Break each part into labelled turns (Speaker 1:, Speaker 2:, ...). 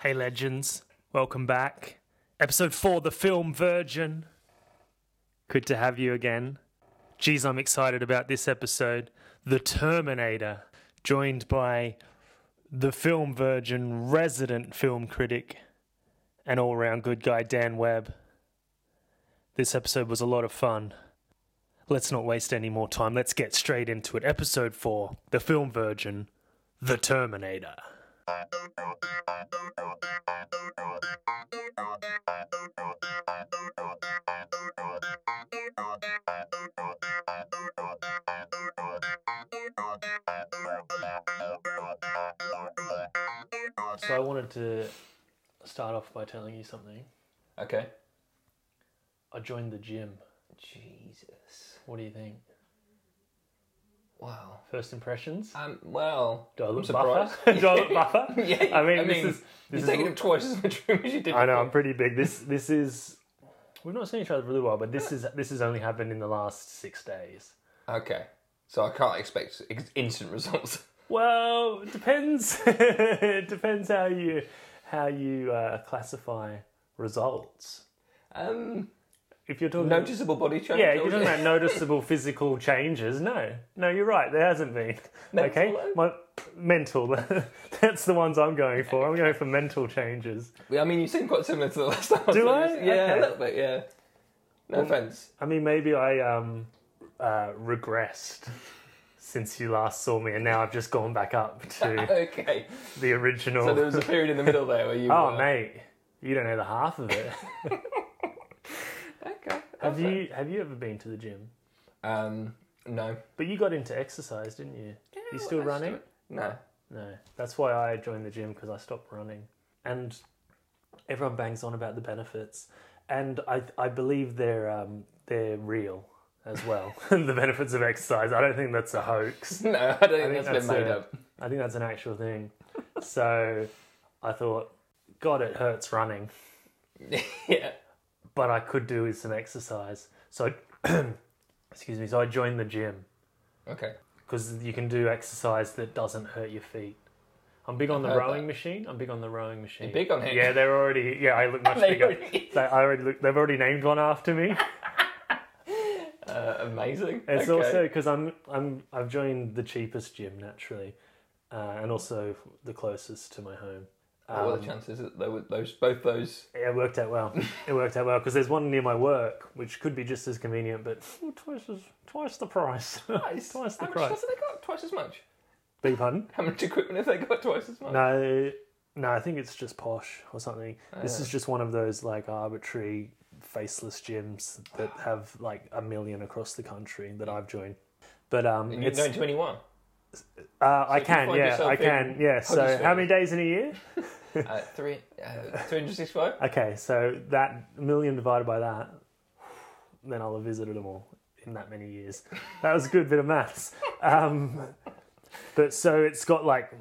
Speaker 1: Hey, legends. Welcome back. Episode 4 The Film Virgin. Good to have you again. Geez, I'm excited about this episode. The Terminator, joined by the film virgin, resident film critic, and all round good guy Dan Webb. This episode was a lot of fun. Let's not waste any more time. Let's get straight into it. Episode 4 The Film Virgin, The Terminator. So I wanted to start off by telling you something.
Speaker 2: Okay.
Speaker 1: I joined the gym.
Speaker 2: Jesus.
Speaker 1: What do you think?
Speaker 2: Wow.
Speaker 1: First impressions?
Speaker 2: Um. Well.
Speaker 1: Do I look
Speaker 2: surprised.
Speaker 1: buffer? do I look buffer?
Speaker 2: Yeah.
Speaker 1: I mean, this is
Speaker 2: you're
Speaker 1: this is.
Speaker 2: taking up twice as much room as you did.
Speaker 1: I know I'm
Speaker 2: before.
Speaker 1: pretty big. This this is. We've not seen each other for a little while, but this is this has only happened in the last six days.
Speaker 2: Okay. So I can't expect ex- instant results.
Speaker 1: Well, it depends. it depends how you how you uh, classify results.
Speaker 2: Um.
Speaker 1: If you're talking,
Speaker 2: Noticeable body change.
Speaker 1: yeah,
Speaker 2: I
Speaker 1: if you're
Speaker 2: would
Speaker 1: talking
Speaker 2: say.
Speaker 1: about noticeable physical changes. No, no, you're right. There hasn't been.
Speaker 2: Mental,
Speaker 1: okay,
Speaker 2: though?
Speaker 1: my mental. That's the ones I'm going for. I'm going for mental changes.
Speaker 2: Yeah, I mean, you seem quite similar to the last time. I
Speaker 1: Do
Speaker 2: saw
Speaker 1: I?
Speaker 2: you. Yeah,
Speaker 1: Okay.
Speaker 2: a little bit. Yeah. No offense.
Speaker 1: I mean, maybe I um, uh, regressed since you last saw me, and now I've just gone back up to
Speaker 2: Okay.
Speaker 1: the original.
Speaker 2: So there was uh, a period in the middle there where you.
Speaker 1: oh,
Speaker 2: were...
Speaker 1: mate, you don't know the half of it.
Speaker 2: Okay.
Speaker 1: have you Have you ever been to the gym?
Speaker 2: Um. No.
Speaker 1: But you got into exercise, didn't you? you still
Speaker 2: I just
Speaker 1: running?
Speaker 2: do it. No.
Speaker 1: No, that's why I joined the gym because I stopped running, and everyone bangs on about the benefits, and I I believe they're um, they're real as well. the benefits of exercise. I don't think that's a hoax.
Speaker 2: No, I don't think,
Speaker 1: think
Speaker 2: that's been
Speaker 1: that's,
Speaker 2: made
Speaker 1: uh,
Speaker 2: up.
Speaker 1: I think that's an actual thing. So I thought, God, it hurts running,
Speaker 2: yeah.
Speaker 1: but I could do with some exercise. So, I- excuse me. So I joined the gym
Speaker 2: Okay.
Speaker 1: because you can do exercise that doesn't hurt your feet. I'm big on the
Speaker 2: heard that.
Speaker 1: rowing machine. I'm big on the rowing machine.
Speaker 2: You're big on it.
Speaker 1: Yeah, they're already. Yeah, I look much
Speaker 2: They
Speaker 1: bigger.
Speaker 2: already-
Speaker 1: They, I already look, they've already named one after me.
Speaker 2: Uh, amazing.
Speaker 1: It's
Speaker 2: okay.
Speaker 1: also because I'm I'm I've joined the cheapest gym naturally, uh, and also the closest to my home. Um,
Speaker 2: What were Oh, the chances that they were those both those?
Speaker 1: Yeah, It worked out well. It worked out well because there's one near my work, which could be just as convenient, but ooh, twice as twice the price. twice the
Speaker 2: How much
Speaker 1: price.
Speaker 2: stuff have they got? Twice as much.
Speaker 1: Beg your pardon?
Speaker 2: How much equipment have they got? Twice as much.
Speaker 1: No, no, I think it's just posh or something.
Speaker 2: Uh,
Speaker 1: This is just one of those like arbitrary faceless gyms that have like a million across the country that I've joined. But um,
Speaker 2: And you're
Speaker 1: it's,
Speaker 2: known to anyone.
Speaker 1: uh, I
Speaker 2: if you
Speaker 1: can,
Speaker 2: find
Speaker 1: yeah,
Speaker 2: yourself
Speaker 1: I
Speaker 2: in
Speaker 1: can, yeah. So,
Speaker 2: Huddersfield-
Speaker 1: how many days in a year?
Speaker 2: Uh, three, uh, three hundred sixty-five.
Speaker 1: Okay, so that million divided by that, then I'll have visited them all in that many years. That was a good bit of maths. Um, but so it's got like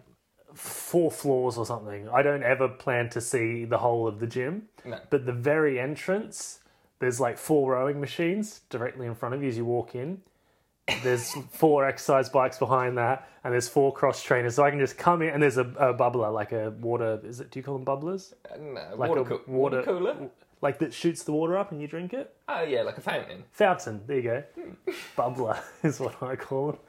Speaker 1: four floors or something. I don't ever plan to see the whole of the gym,
Speaker 2: No.
Speaker 1: but the very entrance, there's like four rowing machines directly in front of you as you walk in. There's four exercise bikes behind that, and there's four cross trainers. So I can just come in, and there's a, a bubbler, like a water. Is it? Do you call them bubblers?
Speaker 2: Uh, no,
Speaker 1: Like
Speaker 2: water,
Speaker 1: a
Speaker 2: coo-
Speaker 1: water-
Speaker 2: water cooler.
Speaker 1: like that shoots the water up and you drink it?
Speaker 2: Oh yeah, like a fountain.
Speaker 1: Fountain, there you go. Bubbler is what I call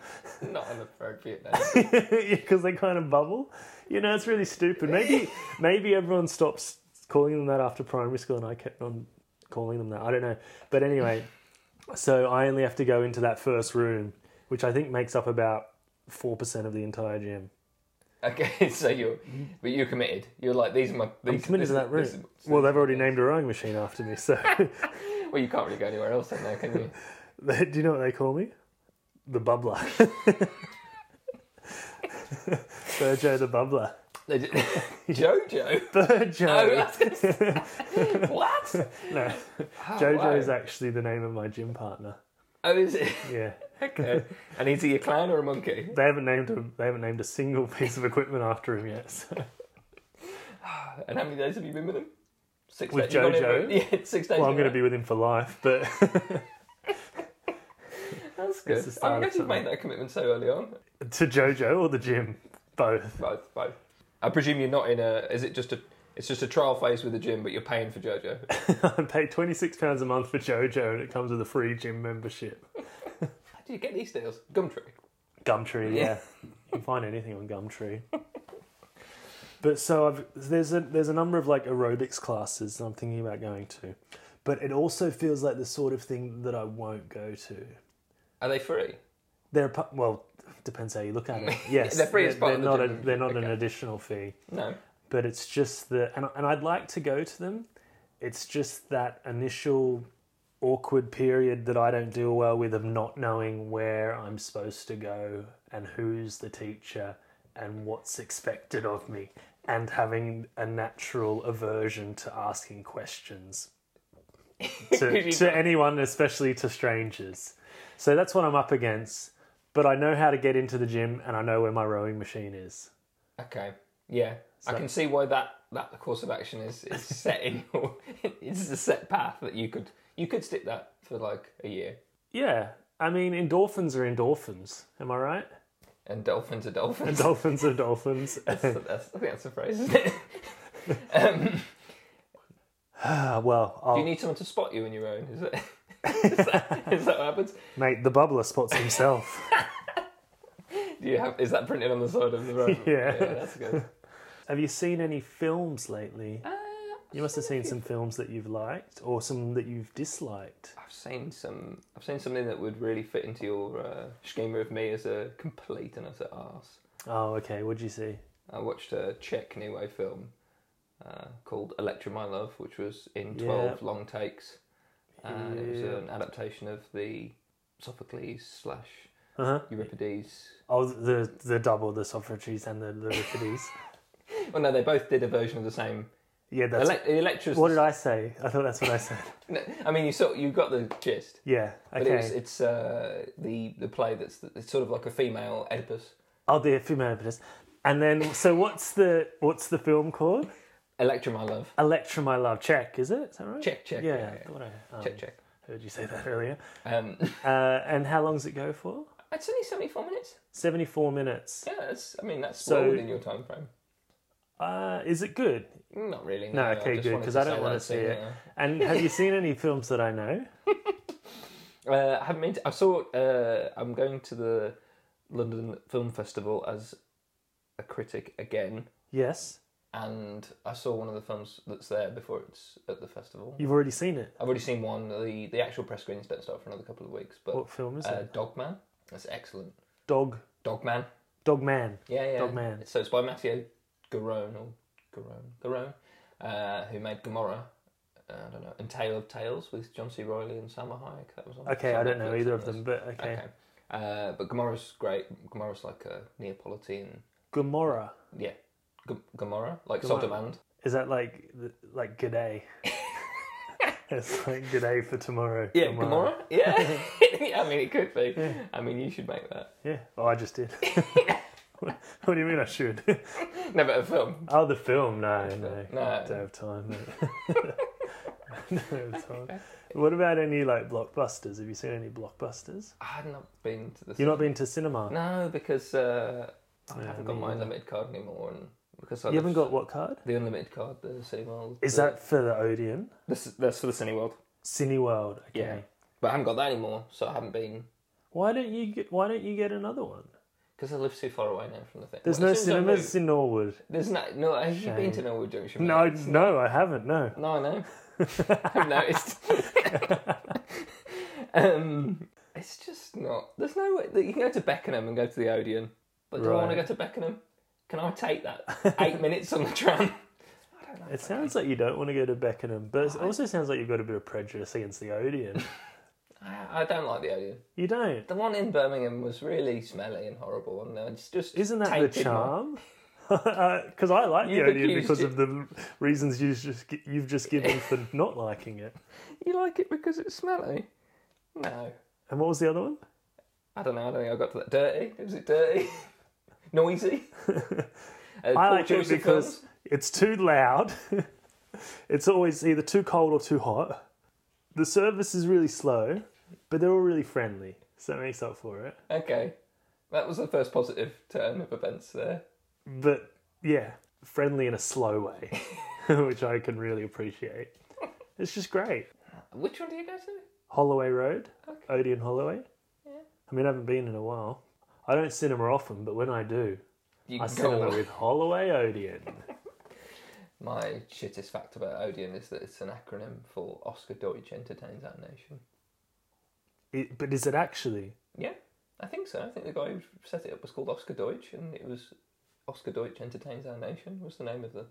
Speaker 2: Not an appropriate name.
Speaker 1: them because they kind of bubble. You know, it's really stupid. Maybe maybe everyone stops calling them that after primary school, and I kept on calling them that. I don't know, but anyway, so I only have to go into that first room, which I think makes up about four percent of the entire gym.
Speaker 2: okay, so you're, but you're committed. You're like these are my. These,
Speaker 1: I'm committed
Speaker 2: this
Speaker 1: to that
Speaker 2: is-
Speaker 1: room.
Speaker 2: this is-
Speaker 1: Well, they've already named a rowing machine after me, so
Speaker 2: well, you can't really go anywhere else then, now, can you?
Speaker 1: do you know what they call me? The bubbler. Burjo the bubbler.
Speaker 2: They did- Jojo. Oh,
Speaker 1: Burjo.
Speaker 2: that's gonna say- what?
Speaker 1: No. Jojo is actually the name of my gym partner.
Speaker 2: Oh, is it?
Speaker 1: Yeah.
Speaker 2: Okay. Uh, And is he a clown or a monkey?
Speaker 1: They haven't named a, they haven't named a single piece of equipment after him yet. so.
Speaker 2: And how many days have you been with him? Six
Speaker 1: With
Speaker 2: days. You've only
Speaker 1: Jojo?
Speaker 2: been- Yeah, six days.
Speaker 1: Well, I'm
Speaker 2: in a
Speaker 1: going to be with him for life, but
Speaker 2: row. That's good.
Speaker 1: It's the start
Speaker 2: I'm
Speaker 1: of
Speaker 2: glad you
Speaker 1: something.
Speaker 2: made that commitment so early on.
Speaker 1: to JoJo or the gym, both.
Speaker 2: Both, both. I presume you're not in a. Is it just a? It's just a trial phase with the gym, but you're paying for JoJo.
Speaker 1: I pay twenty six pounds a month for JoJo, and it comes with a free gym membership.
Speaker 2: How do you get these deals? Gumtree.
Speaker 1: Gumtree, yeah.
Speaker 2: Yeah.
Speaker 1: you can find anything on Gumtree. but so I've, there's a there's a number of like aerobics classes that I'm thinking about going to, but it also feels like the sort of thing that I won't go to.
Speaker 2: Are they free?
Speaker 1: They're a pu- well depends how you look at it. Yes,
Speaker 2: they're free as part of the
Speaker 1: not
Speaker 2: gym.
Speaker 1: a, they're not an
Speaker 2: Okay.
Speaker 1: additional fee,
Speaker 2: No.
Speaker 1: but it's just the and I- and I'd like to go to them. It's just that initial awkward period that I don't deal well with of not knowing where I'm supposed to go and who's the teacher and what's expected of me and having a natural aversion to asking questions to, to anyone, especially to strangers. So that's what I'm up against. But I know how to get into the gym and I know where my rowing machine is.
Speaker 2: Okay. Yeah. I can see why that that course of action is is set in your. It's a set path that you could you could stick that for like a year.
Speaker 1: Yeah. I mean, endorphins are endorphins. Am I right?
Speaker 2: And dolphins are dolphins.
Speaker 1: Dolphins are dolphins.
Speaker 2: So that's, I think that's the phrase, isn't it? Um,
Speaker 1: Ah, well,
Speaker 2: Do you
Speaker 1: I'll,
Speaker 2: need someone to spot you in your own? Is it? is, that, is that what happens?
Speaker 1: mate, the bubbler spots himself.
Speaker 2: Do you have? Is that printed on the side of the road?
Speaker 1: Yeah.
Speaker 2: that's good.
Speaker 1: have you seen any films lately?
Speaker 2: Uh,
Speaker 1: You must have seen some films that you've liked or some that you've disliked.
Speaker 2: I've seen some. I've seen something that would really fit into your uh, schema of me as a complete and utter arse.
Speaker 1: Oh, okay. What'd you see?
Speaker 2: I watched a Czech new wave film uh, called Electra My Love, which was in
Speaker 1: Yeah.
Speaker 2: twelve long takes, and it was
Speaker 1: Yeah.
Speaker 2: an adaptation of the Sophocles slash
Speaker 1: Uh huh.
Speaker 2: Euripides.
Speaker 1: Oh, the the double, the Socrates and the Euripides.
Speaker 2: Well, no, they both did a version of the same.
Speaker 1: yeah, that's.
Speaker 2: Elec Electra's.
Speaker 1: What did I say? I thought that's what I said.
Speaker 2: No, I mean, you saw, you got the gist.
Speaker 1: Yeah.
Speaker 2: But it's
Speaker 1: Okay.
Speaker 2: it's uh, the the play that's it's sort of like a female Oedipus.
Speaker 1: Oh, the female Euripides. And then, so what's the what's the film called?
Speaker 2: Electra, my love.
Speaker 1: Electra, my love. Check, is it? Is that right?
Speaker 2: Check, check.
Speaker 1: Yeah.
Speaker 2: yeah,
Speaker 1: I thought I um,
Speaker 2: yeah. Check, check.
Speaker 1: heard you say that earlier.
Speaker 2: Um,
Speaker 1: Uh, and how long's it go for?
Speaker 2: it's only seventy-four minutes.
Speaker 1: 74 minutes.
Speaker 2: Yeah, that's, I mean that's
Speaker 1: So-
Speaker 2: well within your time frame.
Speaker 1: Uh, is it good?
Speaker 2: Not really.
Speaker 1: No,
Speaker 2: No,
Speaker 1: okay,
Speaker 2: just
Speaker 1: good,
Speaker 2: wanted
Speaker 1: 'cause
Speaker 2: to
Speaker 1: I don't
Speaker 2: say
Speaker 1: wanna
Speaker 2: that,
Speaker 1: see
Speaker 2: so,
Speaker 1: it. And have you seen any films that I know?
Speaker 2: yeah. Uh, I haven't been. To, I saw. Uh, I'm going to the London Film Festival as a critic again,
Speaker 1: Yes.
Speaker 2: and I saw one of the films that's there before it's at the festival.
Speaker 1: You've already seen it.
Speaker 2: I've already seen one. The the actual press screenings don't start for another couple of weeks, but
Speaker 1: What film is
Speaker 2: uh,
Speaker 1: it?
Speaker 2: Dogman. That's excellent.
Speaker 1: Dog.
Speaker 2: Dogman.
Speaker 1: Dog Man.
Speaker 2: Yeah, yeah.
Speaker 1: Dogman.
Speaker 2: So it's by Matteo Garone or Garone, Garone, uh, who made Gomorrah. Uh, I don't know. And Tale of Tales with John C. Riley and Salma Hayek. That was on.
Speaker 1: Okay,
Speaker 2: some
Speaker 1: I don't know
Speaker 2: Netflix,
Speaker 1: either of
Speaker 2: wasn't
Speaker 1: them,
Speaker 2: it?
Speaker 1: but okay.
Speaker 2: Okay. Uh, but Gomorrah's great. Gomorrah's like a Neapolitan.
Speaker 1: Gomorrah.
Speaker 2: Yeah. G- Gomorrah, like
Speaker 1: Gomorrah.
Speaker 2: Sodom and.
Speaker 1: Is that like like good day? it's like good day for tomorrow.
Speaker 2: Yeah, Gomorrah. Yeah. yeah. I mean, it could be. I mean, you should make that.
Speaker 1: Yeah. Oh, I just did. what, what do you mean I should?
Speaker 2: Never a film.
Speaker 1: oh, the film. No, no.
Speaker 2: No.
Speaker 1: Don't have time. Mate. don't have time. What about any like blockbusters? Have you seen any blockbusters?
Speaker 2: I've not been to the.
Speaker 1: You've not been to cinema.
Speaker 2: No, because uh, I
Speaker 1: Yeah, me
Speaker 2: haven't got my
Speaker 1: either.
Speaker 2: unlimited card anymore, and because I
Speaker 1: You haven't
Speaker 2: live-
Speaker 1: got what card?
Speaker 2: The unlimited card, the cinema.
Speaker 1: Is
Speaker 2: the,
Speaker 1: that for the Odeon?
Speaker 2: this? That's for the Cineworld.
Speaker 1: Cineworld. Okay.
Speaker 2: Yeah, but I haven't got that anymore, so I haven't been
Speaker 1: Why don't you get Why don't you get another one?
Speaker 2: because I live too far away now from the thing.
Speaker 1: There's
Speaker 2: Well,
Speaker 1: no
Speaker 2: as soon as I
Speaker 1: cinemas
Speaker 2: move-
Speaker 1: in Norwood.
Speaker 2: There's no. No, have you been to
Speaker 1: Shame.
Speaker 2: Norwood Junction?
Speaker 1: No,
Speaker 2: mate?
Speaker 1: no, I haven't. No.
Speaker 2: no, I know. I've noticed. um, it's just not. There's no way that you can go to Beckenham and go to the Odeon, but do I want to
Speaker 1: Right.
Speaker 2: go to Beckenham? Can I take that eight minutes on the tram? I don't know.
Speaker 1: It sounds like you don't want to go to Beckenham, but it also sounds like you've got a bit of prejudice against the Odeon.
Speaker 2: I, I don't like the Odeon.
Speaker 1: you don't.
Speaker 2: The one in Birmingham was really smelly and horrible, and it's just
Speaker 1: Isn't that the
Speaker 2: tainted my-
Speaker 1: charm? Because I like
Speaker 2: You've
Speaker 1: the Odeon
Speaker 2: accused
Speaker 1: because
Speaker 2: it.
Speaker 1: of the reasons you just gi- you've just given for not liking it.
Speaker 2: You like it because it's smelly? No.
Speaker 1: And what was the other one?
Speaker 2: I don't know. I don't think I got to that. Dirty? Was it dirty? Noisy? uh,
Speaker 1: I
Speaker 2: poor
Speaker 1: like it
Speaker 2: Chelsea
Speaker 1: because
Speaker 2: films?
Speaker 1: It's too loud. it's always either too cold or too hot. The service is really slow, but they're all really friendly. So that makes up for it.
Speaker 2: Okay. That was the first positive turn of events there.
Speaker 1: But yeah, friendly in a slow way, which I can really appreciate. It's just great.
Speaker 2: Which one do you go to?
Speaker 1: Holloway Road,
Speaker 2: Okay.
Speaker 1: Odeon Holloway.
Speaker 2: Yeah.
Speaker 1: I mean, I haven't been in a while. I don't cinema often, but when I do,
Speaker 2: You
Speaker 1: I
Speaker 2: can go
Speaker 1: cinema
Speaker 2: all-
Speaker 1: with Holloway Odeon.
Speaker 2: My shittest fact about Odeon is that it's an acronym for Oscar Deutsch Entertains Our Nation.
Speaker 1: It, but is it actually?
Speaker 2: Yeah, I think so. I think the guy who set it up was called Oscar Deutsch, and it was Oscar Deutsch Entertains Our Nation was the name of the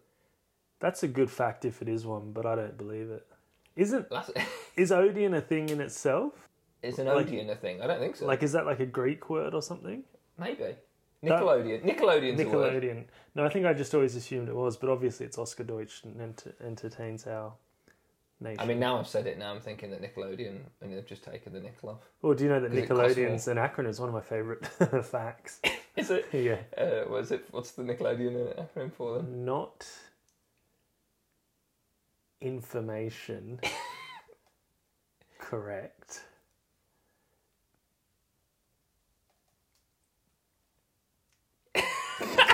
Speaker 1: That's a good fact if it is one, but I don't believe it. Isn't
Speaker 2: last.
Speaker 1: is Odeon a thing in itself?
Speaker 2: it's an
Speaker 1: Like-
Speaker 2: Odeon a thing. I don't think so.
Speaker 1: Like, is that like a Greek word or something?
Speaker 2: Maybe Nickelodeon. Nickelodeon's a word.
Speaker 1: Nickelodeon. No, I think I just always assumed it was, but obviously it's Oscar Deutsch and ent- entertains our nation.
Speaker 2: I mean, now I've said it. Now I'm thinking that Nickelodeon, and they've just taken the nickel off.
Speaker 1: well, do you know that
Speaker 2: 'cause it costs
Speaker 1: Nickelodeon's an acronym? It's one of my favourite facts.
Speaker 2: Is it?
Speaker 1: Yeah.
Speaker 2: Uh, was it? What's the Nickelodeon acronym for them?
Speaker 1: Not information correct.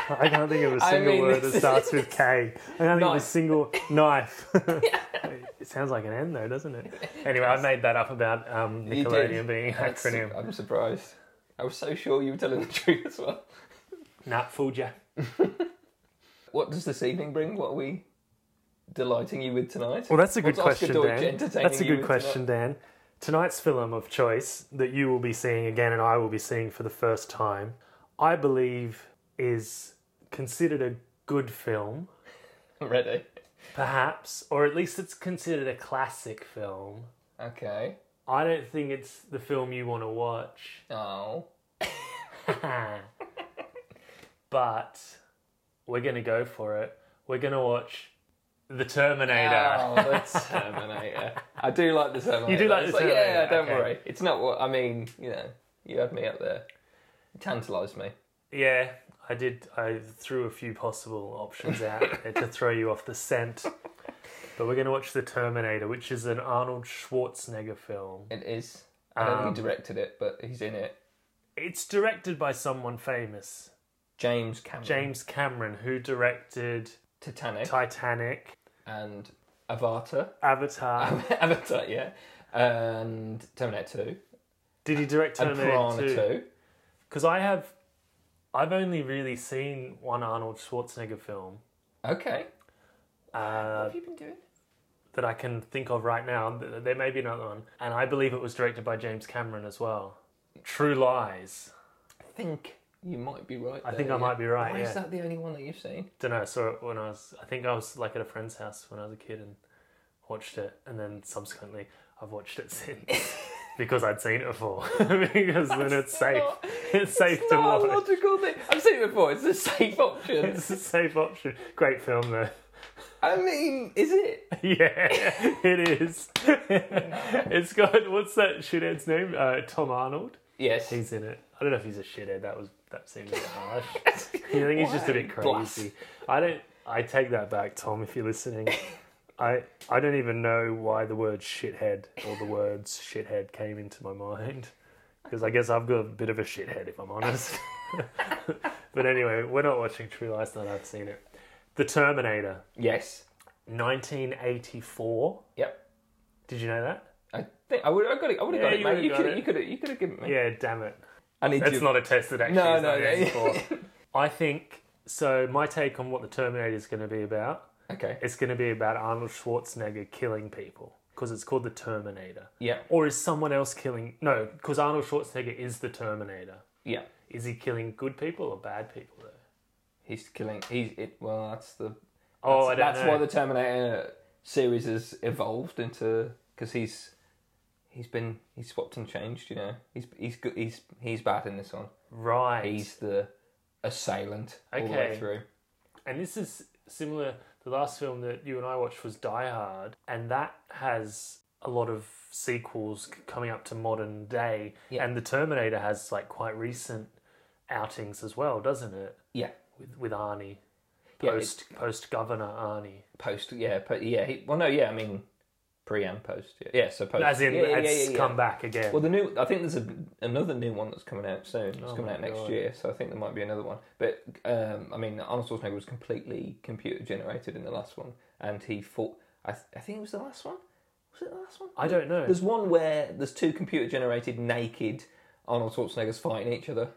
Speaker 1: I can't think of a
Speaker 2: I
Speaker 1: single
Speaker 2: mean,
Speaker 1: word that
Speaker 2: this
Speaker 1: starts with K. I can't think of a
Speaker 2: Knife.
Speaker 1: single knife. it sounds like an N though, doesn't it? Anyway, I made that up about um,
Speaker 2: You did.
Speaker 1: Nickelodeon being an
Speaker 2: That's-
Speaker 1: acronym.
Speaker 2: I'm surprised. I was so sure you were telling the truth as well.
Speaker 1: Nah, fooled ya.
Speaker 2: What does this evening bring? What are we delighting you with tonight?
Speaker 1: Well, that's a good
Speaker 2: What's Oscar
Speaker 1: question,
Speaker 2: Deutsch
Speaker 1: Dan.
Speaker 2: entertaining
Speaker 1: That's a
Speaker 2: you
Speaker 1: good
Speaker 2: with
Speaker 1: question, Dan. Tonight's film of choice that you will be seeing again and I will be seeing for the first time, I believe is considered a good film,
Speaker 2: tonight? Ready?
Speaker 1: perhaps, or at least it's considered a classic film.
Speaker 2: Okay.
Speaker 1: I don't think it's the film you want to watch,
Speaker 2: Oh.
Speaker 1: but we're going to go for it. We're going to watch The Terminator.
Speaker 2: Oh, the Terminator. I do like the Terminator.
Speaker 1: You do like the
Speaker 2: It's Yeah,
Speaker 1: Terminator,
Speaker 2: don't
Speaker 1: okay.
Speaker 2: worry. It's not what I mean. You know, you had me up there. It tantalised me.
Speaker 1: Yeah, I did. I threw a few possible options out there to throw you off the scent. But we're going to watch The Terminator, which is an Arnold Schwarzenegger film.
Speaker 2: It is. I don't
Speaker 1: Um,
Speaker 2: think he directed it, but he's in it.
Speaker 1: It's directed by someone famous,
Speaker 2: James Cameron.
Speaker 1: James Cameron, who directed
Speaker 2: Titanic
Speaker 1: Titanic,
Speaker 2: and Avatar.
Speaker 1: Avatar.
Speaker 2: Avatar, yeah. And Terminator 2.
Speaker 1: Did he direct
Speaker 2: And Piranha
Speaker 1: Terminator 2?
Speaker 2: 2.
Speaker 1: Because I have, I've only really seen one Arnold Schwarzenegger film
Speaker 2: Okay. what
Speaker 1: uh,
Speaker 2: have you been doing?
Speaker 1: that I can think of right now. Th- There may be another one, and I believe it was directed by James Cameron as well. True Lies.
Speaker 2: I think you might be right.
Speaker 1: I
Speaker 2: there,
Speaker 1: think I
Speaker 2: yeah.
Speaker 1: might be right.
Speaker 2: Why
Speaker 1: yeah.
Speaker 2: is that the only one that you've seen?
Speaker 1: Don't know. I saw it when I was. I think I was like at a friend's house when I was a kid and watched it, and then subsequently I've watched it since because I'd seen it before. because then it's safe.
Speaker 2: not-
Speaker 1: it's safe
Speaker 2: It's
Speaker 1: to
Speaker 2: not a
Speaker 1: watch.
Speaker 2: logical thing. I've seen it before. It's a safe option.
Speaker 1: It's a safe option. Great film though.
Speaker 2: I mean, is it?
Speaker 1: yeah, it is. it's got what's that shithead's name? Uh, Tom Arnold.
Speaker 2: Yes.
Speaker 1: He's in it. I don't know if he's a shithead. That was that seemed a bit harsh. I think he's just a bit
Speaker 2: Blast.
Speaker 1: crazy. I don't. I take that back, Tom. If you're listening, I I don't even know why the word shithead or the words shithead came into my mind because I guess I've got a bit of a shithead if I'm honest. but anyway, we're not watching True Lies tonight. I've seen it. The Terminator,
Speaker 2: Yes.
Speaker 1: 1984.
Speaker 2: Yep.
Speaker 1: Did you know that?
Speaker 2: I think I would. I got it. I would have
Speaker 1: Yeah,
Speaker 2: got it,
Speaker 1: you
Speaker 2: mate.
Speaker 1: would've
Speaker 2: You
Speaker 1: got
Speaker 2: could.
Speaker 1: it.
Speaker 2: You could. You could have given me.
Speaker 1: Yeah, damn it.
Speaker 2: I need
Speaker 1: That's
Speaker 2: you.
Speaker 1: not a test that actually
Speaker 2: No,
Speaker 1: is
Speaker 2: no,
Speaker 1: not
Speaker 2: no.
Speaker 1: useful. I think so. My take on what the Terminator is going to be about
Speaker 2: Okay.
Speaker 1: it's going to be about Arnold Schwarzenegger killing people because it's called the Terminator.
Speaker 2: Yeah.
Speaker 1: Or is someone else killing? No, because Arnold Schwarzenegger is the Terminator.
Speaker 2: Yeah.
Speaker 1: Is he killing good people or bad people though?
Speaker 2: He's killing. He's it. Well, that's the.
Speaker 1: Oh, I don't
Speaker 2: that's, that's
Speaker 1: know.
Speaker 2: why the Terminator series has evolved into because he's he's been he's swapped and changed. You know, he's he's good. He's he's bad in this one.
Speaker 1: right.
Speaker 2: He's the assailant all the way
Speaker 1: Okay.
Speaker 2: through.
Speaker 1: And this is similar. The last film that you and I watched was Die Hard, and that has a lot of sequels c- coming up to modern day.
Speaker 2: Yeah.
Speaker 1: And the Terminator has like quite recent outings as well, doesn't it?
Speaker 2: Yeah,
Speaker 1: With with Arnie
Speaker 2: Yeah, it-
Speaker 1: Post post Governor Arnie.
Speaker 2: Post, yeah, po- yeah. He, well, no, yeah. I mean, pre and post. Yeah, yeah so post.
Speaker 1: As in,
Speaker 2: yeah,
Speaker 1: it's
Speaker 2: yeah, yeah, yeah.
Speaker 1: come back again.
Speaker 2: Well, the new. I think there's a, another new one that's coming out soon. It's
Speaker 1: Oh
Speaker 2: coming
Speaker 1: my
Speaker 2: out next
Speaker 1: God.
Speaker 2: year, so I think there might be another one. But um, I mean, Arnold Schwarzenegger was completely computer generated in the last one, and he fought. I, th- I think it was the last one. Was it the last one?
Speaker 1: I don't know.
Speaker 2: There's one where there's two computer generated naked Arnold Schwarzeneggers fighting each other.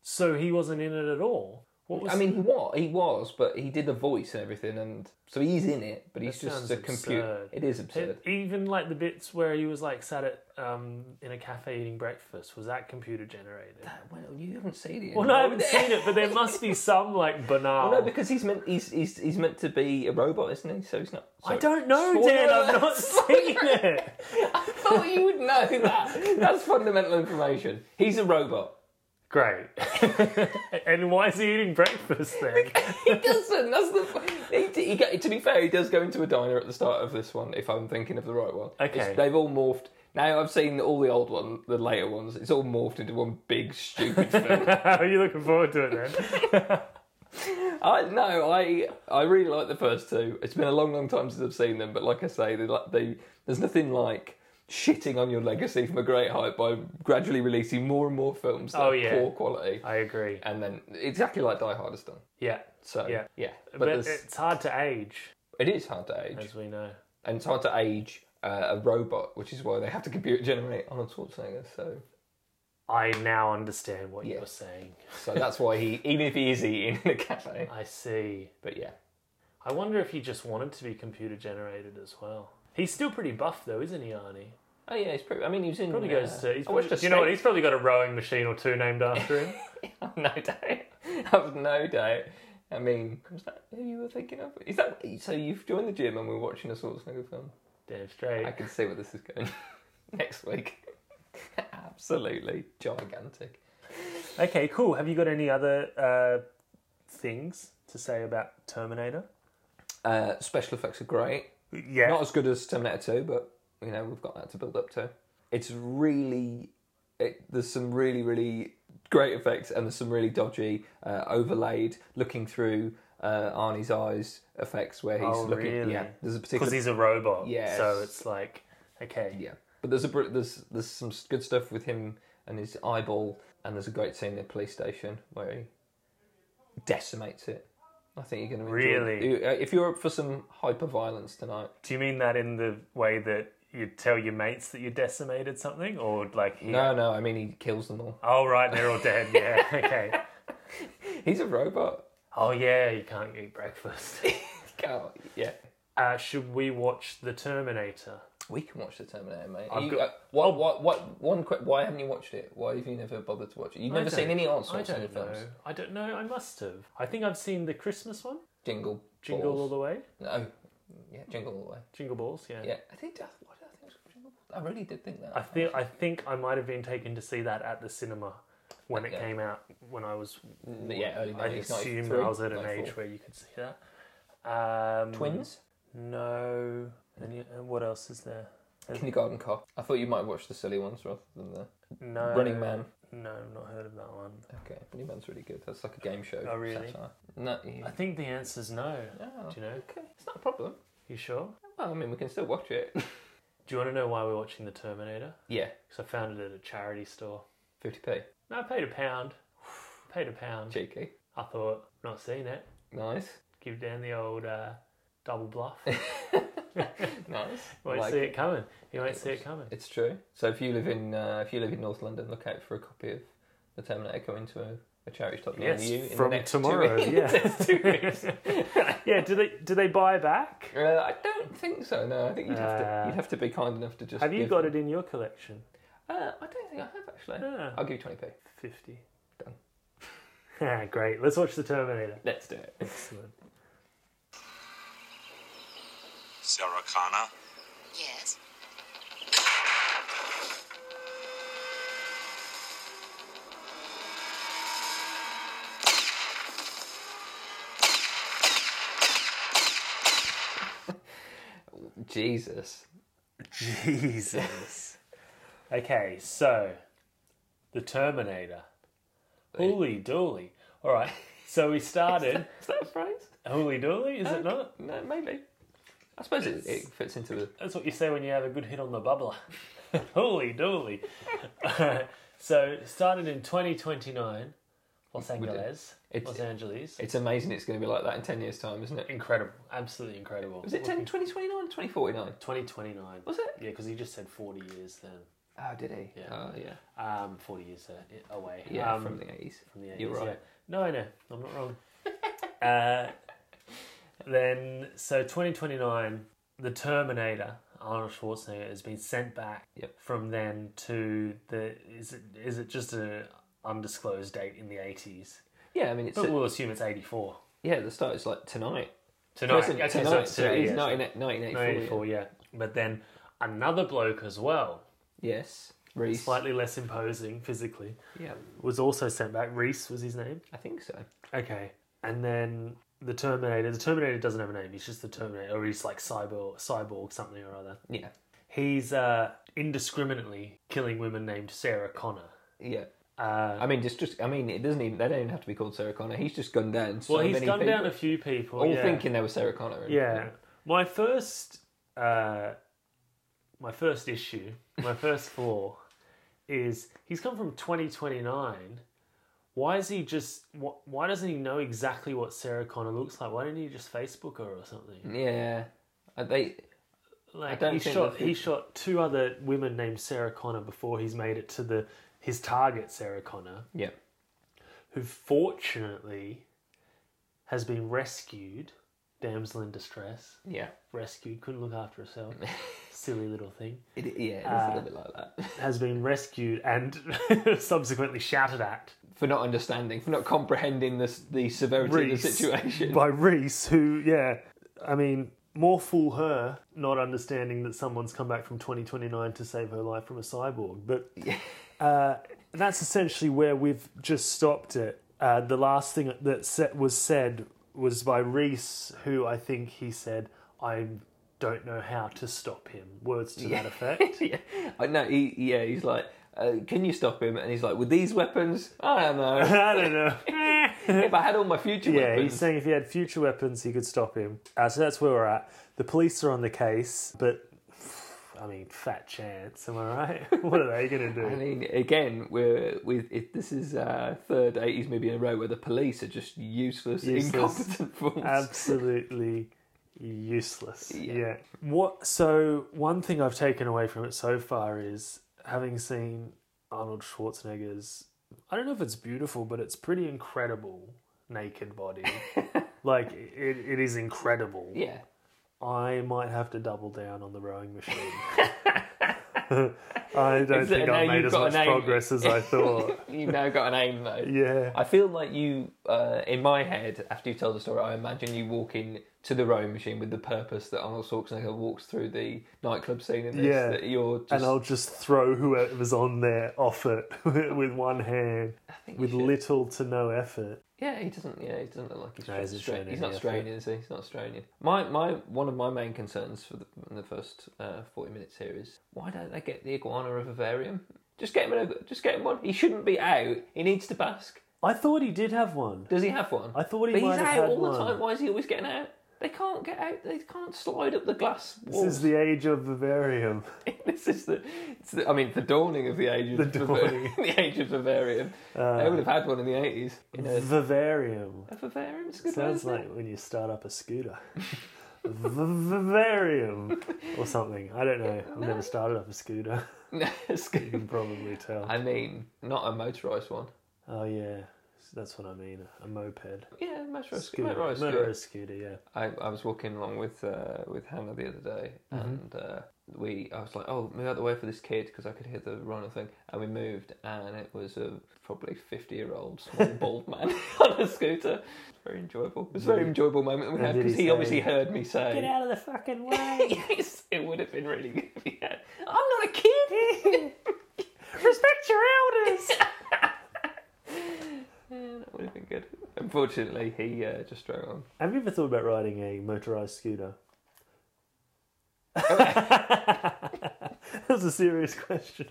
Speaker 1: So he wasn't in it at all. What was?
Speaker 2: I mean, he was, he was, but he did the voice and everything, and so he's in it, but he's
Speaker 1: That
Speaker 2: just
Speaker 1: sounds
Speaker 2: a computer.
Speaker 1: absurd.
Speaker 2: It is absurd.
Speaker 1: It- even like the bits where he was like sat at um in a cafe eating breakfast was that computer generated?
Speaker 2: well, you haven't seen it.
Speaker 1: well, no, I haven't seen it, but there must be some like banal.
Speaker 2: Well, Oh, no, because he's meant he's, he's he's meant to be a robot, isn't he? So he's not.
Speaker 1: I
Speaker 2: so-
Speaker 1: don't know,
Speaker 2: Spoiler
Speaker 1: Dan. I've
Speaker 2: alert.
Speaker 1: not seen it.
Speaker 2: I thought you would know that. That's fundamental information. He's a robot.
Speaker 1: Great. and why is he eating breakfast then?
Speaker 2: He doesn't. That's the. He, he, go- to be fair, he does go into a diner at the start of this one. If I'm thinking of the right one.
Speaker 1: Okay.
Speaker 2: It's- they've all morphed. Now I've seen all the old one, the later ones. It's all morphed into one big stupid film.
Speaker 1: Are you looking forward to it then?
Speaker 2: I no, I I really like the first two. It's been a long, long time since I've seen them, but like I say, they, like- they there's nothing like shitting on your legacy from a great height by gradually releasing more and more films that
Speaker 1: Oh,
Speaker 2: are
Speaker 1: yeah.
Speaker 2: poor quality,
Speaker 1: I agree.
Speaker 2: and then exactly like Die Hard has done.
Speaker 1: Yeah.
Speaker 2: So
Speaker 1: Yeah.
Speaker 2: yeah, yeah. but,
Speaker 1: But,
Speaker 2: there's
Speaker 1: it's hard to age,
Speaker 2: it is hard to age,
Speaker 1: as we know.
Speaker 2: and it's hard to age uh, a robot, which is why they have to computer generate Arnold Schwarzenegger. So
Speaker 1: I now understand what
Speaker 2: Yeah.
Speaker 1: you're saying.
Speaker 2: so that's why he, even if he is eating in a cafe,
Speaker 1: I see.
Speaker 2: but yeah.
Speaker 1: I wonder if he just wanted to be computer generated as well. He's still pretty buff though, isn't he, Arnie?
Speaker 2: Oh yeah, he's pretty. I mean, he was in.
Speaker 1: Probably
Speaker 2: uh,
Speaker 1: goes to. He's
Speaker 2: I
Speaker 1: probably,
Speaker 2: watched a
Speaker 1: do you know
Speaker 2: Snake-
Speaker 1: what? He's probably got a rowing machine or two named after him.
Speaker 2: no doubt. I've no doubt. I mean, was that who you were thinking of? Is that so? You've joined the gym and we're watching a Schwarzenegger film.
Speaker 1: Damn straight.
Speaker 2: I can see where this is going next week. Absolutely gigantic.
Speaker 1: Okay, cool. Have you got any other uh, things to say about Terminator?
Speaker 2: Uh, special effects are great.
Speaker 1: Yeah.
Speaker 2: Not as good as Terminator 2, but you know we've got that to build up to. It's really, it, there's some really really great effects and there's some really dodgy uh, overlaid looking through uh, Arnie's eyes effects where he's
Speaker 1: Oh,
Speaker 2: looking.
Speaker 1: really?
Speaker 2: Yeah, there's a particular
Speaker 1: Because he's a robot.
Speaker 2: Yes.
Speaker 1: So it's like, okay.
Speaker 2: Yeah, but there's a br- there's there's some s- good stuff with him and his eyeball, and there's a great scene in the police station where he decimates it. I think you're going to
Speaker 1: Really?
Speaker 2: uh, if you're up for some hyper violence tonight.
Speaker 1: Do you mean that in the way that you tell your mates that you decimated something? Or like, he...
Speaker 2: No, no, I mean he kills them all.
Speaker 1: oh, right, they're all dead. Yeah, okay.
Speaker 2: He's a robot.
Speaker 1: Oh, yeah, you can't eat breakfast.
Speaker 2: God, yeah.
Speaker 1: Uh, should we watch The Terminator?
Speaker 2: We can watch the Terminator, mate.
Speaker 1: I've
Speaker 2: You,
Speaker 1: got-
Speaker 2: uh, what, what, what, one quick, why haven't you watched it? Why have you never bothered to watch it? You've never seen any Arnold
Speaker 1: I
Speaker 2: Schwarzenegger
Speaker 1: don't know.
Speaker 2: films?
Speaker 1: I don't know. I must have. I think I've seen the Christmas one,
Speaker 2: Jingle.
Speaker 1: Jingle All
Speaker 2: Balls.
Speaker 1: the Way.
Speaker 2: No. Yeah, Jingle All the Way.
Speaker 1: Jingle Balls, yeah.
Speaker 2: Yeah, I think, what, did I, think it was called Jingle Balls? I really did think that.
Speaker 1: I feel I think I might have been taken to see that at the cinema when it
Speaker 2: Yeah.
Speaker 1: came out when I was
Speaker 2: Yeah, early
Speaker 1: Mm. I
Speaker 2: 90s,
Speaker 1: assumed
Speaker 2: 93,
Speaker 1: I was at an
Speaker 2: 94.
Speaker 1: age where you could see that. Um,
Speaker 2: Twins,
Speaker 1: No. Any, uh, what else is there?
Speaker 2: Kindergarten Cop. I thought you might watch the silly ones rather than the
Speaker 1: No.
Speaker 2: Running Man.
Speaker 1: No, I've not heard of that one.
Speaker 2: Okay, Running Man's really good. That's like a game show.
Speaker 1: Oh, really?
Speaker 2: Satire. No, you-
Speaker 1: I think the answer's no.
Speaker 2: oh,
Speaker 1: Do you know?
Speaker 2: okay, it's not a problem.
Speaker 1: You sure?
Speaker 2: Well, I mean, we can still watch it.
Speaker 1: Do you want to know why we're watching The Terminator?
Speaker 2: yeah,
Speaker 1: Because I found it at a charity store.
Speaker 2: 50p.
Speaker 1: No, I paid a pound. paid a pound.
Speaker 2: Cheeky.
Speaker 1: I thought, not seen it.
Speaker 2: Nice.
Speaker 1: Give Dan the old uh, double bluff.
Speaker 2: Nice.
Speaker 1: won't
Speaker 2: Like
Speaker 1: see
Speaker 2: it.
Speaker 1: it coming. You won't see it coming.
Speaker 2: It's true. So if you live in uh, if you live in North London, look out for a copy of The Terminator coming to a, a charity shop near
Speaker 1: Yes,
Speaker 2: you in
Speaker 1: from
Speaker 2: the next
Speaker 1: tomorrow,
Speaker 2: Two weeks.
Speaker 1: yeah.
Speaker 2: Next two weeks.
Speaker 1: Yeah, do they do they buy back?
Speaker 2: Uh, I don't think so. No, I think you'd have to
Speaker 1: Uh,
Speaker 2: you'd have to be kind enough to just.
Speaker 1: Have you
Speaker 2: give
Speaker 1: got
Speaker 2: them-
Speaker 1: it in your collection?
Speaker 2: Uh, I don't think I have actually.
Speaker 1: No.
Speaker 2: I'll give you 20p.
Speaker 1: Fifty. Done. Ah, Great. Let's watch the Terminator.
Speaker 2: Let's do it.
Speaker 1: Excellent.
Speaker 3: Sarah Connor,
Speaker 4: Yes.
Speaker 2: Jesus.
Speaker 1: Jesus. okay, so the Terminator. Holy dooly. All right. So we started.
Speaker 2: Is that a phrase?
Speaker 1: Holy dooly, is it not?
Speaker 2: No, maybe. I suppose it, it fits into the.
Speaker 1: That's what you say when you have a good hit on the bubbler. Holy dooly. so, started in 2029, Los Angeles.
Speaker 2: It's-
Speaker 1: Los Angeles.
Speaker 2: It's amazing it's going to be like that in 10 years' time, isn't it?
Speaker 1: incredible. Absolutely incredible.
Speaker 2: Was it 10, 2029, 2049?
Speaker 1: 2029.
Speaker 2: Was it?
Speaker 1: Yeah, because he just said 40 years then.
Speaker 2: Oh, did he?
Speaker 1: Yeah.
Speaker 2: Oh, yeah.
Speaker 1: Um, 40 years uh, away.
Speaker 2: Yeah,
Speaker 1: Um,
Speaker 2: from the 80s.
Speaker 1: from the 80s.
Speaker 2: You're
Speaker 1: yeah.
Speaker 2: right.
Speaker 1: No, no, I'm not wrong. uh, then, so 2029, the Terminator, Arnold Schwarzenegger, has been sent back
Speaker 2: Yep.
Speaker 1: from then to the. Is it is it just a undisclosed date in the 80s?
Speaker 2: Yeah, I mean, it's.
Speaker 1: But
Speaker 2: a-
Speaker 1: we'll assume it's 84.
Speaker 2: yeah, the start is like tonight.
Speaker 1: Tonight.
Speaker 2: Present
Speaker 1: Okay, so
Speaker 2: tonight.
Speaker 1: it's
Speaker 2: So it is
Speaker 1: yeah,
Speaker 2: 19,
Speaker 1: so
Speaker 2: 1984.
Speaker 1: 94, yeah. But then another bloke as well,
Speaker 2: yeah. Yes. Reese.
Speaker 1: slightly less imposing physically,
Speaker 2: Yeah,
Speaker 1: was also sent back. Reese was his name.
Speaker 2: I think so.
Speaker 1: Okay. And then the Terminator. The Terminator doesn't have a name. He's just the Terminator, or he's like cyborg, cyborg something or other.
Speaker 2: Yeah.
Speaker 1: He's uh, indiscriminately killing women named Sarah Connor.
Speaker 2: Yeah.
Speaker 1: Uh,
Speaker 2: I mean, just, just, I mean, it doesn't even, they don't even have to be called Sarah Connor. He's just gunned down so
Speaker 1: well, he's
Speaker 2: many
Speaker 1: gunned
Speaker 2: people.
Speaker 1: down a few people.
Speaker 2: all
Speaker 1: yeah.
Speaker 2: thinking they were Sarah Connor. and-
Speaker 1: Yeah. My first, uh, my first issue, my first flaw is he's come from 2029. Why is he just? wh- Why doesn't he know exactly what Sarah Connor looks like? Why didn't he just Facebook her or something?
Speaker 2: Yeah. Uh, They,
Speaker 1: Like
Speaker 2: don't
Speaker 1: he
Speaker 2: think
Speaker 1: shot
Speaker 2: that
Speaker 1: he shot two other women named Sarah Connor before he's made it to the his target Sarah Connor,
Speaker 2: yeah.
Speaker 1: who fortunately has been rescued, damsel in distress,
Speaker 2: Yeah.
Speaker 1: rescued, couldn't look after herself, silly little thing,
Speaker 2: It, yeah, it's
Speaker 1: Uh,
Speaker 2: a little bit like that.
Speaker 1: has been rescued and subsequently shouted at
Speaker 2: For not understanding, for not comprehending the, the severity of
Speaker 1: Reese.
Speaker 2: the situation.
Speaker 1: by Reese, who yeah, I mean. More fool her not understanding that someone's come back from 2029 to save her life from a cyborg. But uh, that's essentially where we've just stopped it. Uh, the last thing that set was said was by Reese, who I think he said, "I don't know how to stop him." Words to that effect.
Speaker 2: yeah. I know, he, yeah, he's like, uh, can you stop him? And he's like, with these weapons? I don't know.
Speaker 1: I don't know.
Speaker 2: if I had all my future
Speaker 1: yeah, he's
Speaker 2: weapons.
Speaker 1: saying if he had future weapons, he could stop him. Uh, so that's where we're at. The police are on the case, but I mean, fat chance. Am I right? what are they going to
Speaker 2: I
Speaker 1: do?
Speaker 2: mean, again, we're with it, this is uh, third eighties movie in a row where the police are just useless,
Speaker 1: Useless.
Speaker 2: incompetent fools.
Speaker 1: absolutely useless. Yeah.
Speaker 2: Yeah.
Speaker 1: What? So one thing I've taken away from it so far is having seen Arnold Schwarzenegger's. I don't know if it's beautiful, but it's pretty incredible naked body. like it, it is incredible.
Speaker 2: yeah,
Speaker 1: I might have to double down on the rowing machine. I don't
Speaker 2: Is it-
Speaker 1: think
Speaker 2: now
Speaker 1: I made
Speaker 2: you've
Speaker 1: as
Speaker 2: got
Speaker 1: much
Speaker 2: an aim.
Speaker 1: progress as I thought.
Speaker 2: you've now got an aim though.
Speaker 1: yeah.
Speaker 2: I feel like you, uh, in my head, after you tell the story, I imagine you walking to the rowing machine with the purpose that Arnold Schwarzenegger walks through the nightclub scene in this.
Speaker 1: Yeah.
Speaker 2: That you're just.
Speaker 1: and I'll just throw whoever's on there off it with one hand,
Speaker 2: think you
Speaker 1: with
Speaker 2: should.
Speaker 1: little to no effort.
Speaker 2: Yeah, he doesn't. Yeah, he doesn't look like he's,
Speaker 1: No,
Speaker 2: stra-
Speaker 1: he's a
Speaker 2: stra-
Speaker 1: trainer,
Speaker 2: He's not
Speaker 1: yeah,
Speaker 2: straining, is he? He's not straining. My my one of my main concerns for the, in the first uh, forty minutes here is why don't they get the iguana of vivarium? Just get him an, just get him one. He shouldn't be out. He needs to bask.
Speaker 1: I thought he did have one.
Speaker 2: Does he have one?
Speaker 1: I thought he
Speaker 2: but
Speaker 1: might
Speaker 2: he's
Speaker 1: have
Speaker 2: out
Speaker 1: had
Speaker 2: all
Speaker 1: one.
Speaker 2: the time. Why is he always getting out? They can't get out. They can't slide up the glass.
Speaker 1: This is the age of vivarium.
Speaker 2: this is the, it's the. I mean, the dawning of the age of
Speaker 1: The Uh,
Speaker 2: Bavarium- the age of vivarium. they would have had one in the eighties. In a,
Speaker 1: Vivarium
Speaker 2: a vivarium. It's a good word,
Speaker 1: sounds
Speaker 2: isn't it?
Speaker 1: like when you start up a scooter. V- vivarium or something. I don't know. I've never started up a scooter.
Speaker 2: No, it's good.
Speaker 1: You can probably tell.
Speaker 2: I mean, not a motorised one.
Speaker 1: Oh yeah, that's what I mean. A moped,
Speaker 2: Yeah, motorised
Speaker 1: scooter,
Speaker 2: Motorised
Speaker 1: motorized scooter. Yeah.
Speaker 2: I, I was walking along with uh, with Hannah the other day,
Speaker 1: Mm-hmm.
Speaker 2: and uh, we I was like, oh, move out the way for this kid because I could hear the runner thing, and we moved, and it was a probably fifty year old small bald man on a scooter. Very enjoyable. It was a very enjoyable moment that we
Speaker 1: And
Speaker 2: had
Speaker 1: did he
Speaker 2: because he
Speaker 1: say-
Speaker 2: obviously heard me say.
Speaker 1: Get out of the fucking way.
Speaker 2: Yes, it would have been really good if he had. I'm not a kid.
Speaker 1: Respect your elders.
Speaker 2: Yeah, that would have been good. Unfortunately, he uh, just drove on.
Speaker 1: Have you ever thought about riding a motorized scooter? That's a serious question.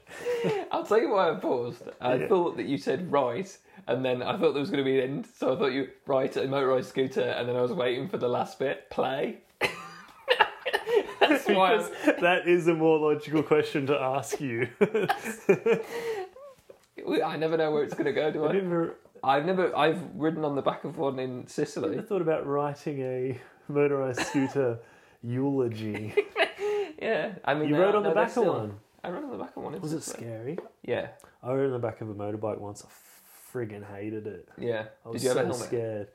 Speaker 2: I'll tell you why I paused. I thought that you said right, and then I thought there was going to be an end, so I thought you right a motorised scooter, and then I was waiting for the last bit play. That's why. I was-
Speaker 1: Because that is a more logical question to ask you.
Speaker 2: I never know where it's going to go, do
Speaker 1: Have you
Speaker 2: I?
Speaker 1: ever
Speaker 2: I've never. I've ridden on the back of one in Sicily.
Speaker 1: thought about writing a motorized scooter eulogy?
Speaker 2: Yeah, I mean,
Speaker 1: You
Speaker 2: they
Speaker 1: rode
Speaker 2: are-
Speaker 1: on the
Speaker 2: no, they're
Speaker 1: back of
Speaker 2: still-
Speaker 1: one?
Speaker 2: I rode on the back of one. in
Speaker 1: Was it
Speaker 2: Sicily.
Speaker 1: scary?
Speaker 2: Yeah,
Speaker 1: I rode on the back of a motorbike once. I friggin' hated it.
Speaker 2: yeah.
Speaker 1: I
Speaker 2: Did
Speaker 1: was
Speaker 2: you have
Speaker 1: so
Speaker 2: a helmet?
Speaker 1: scared.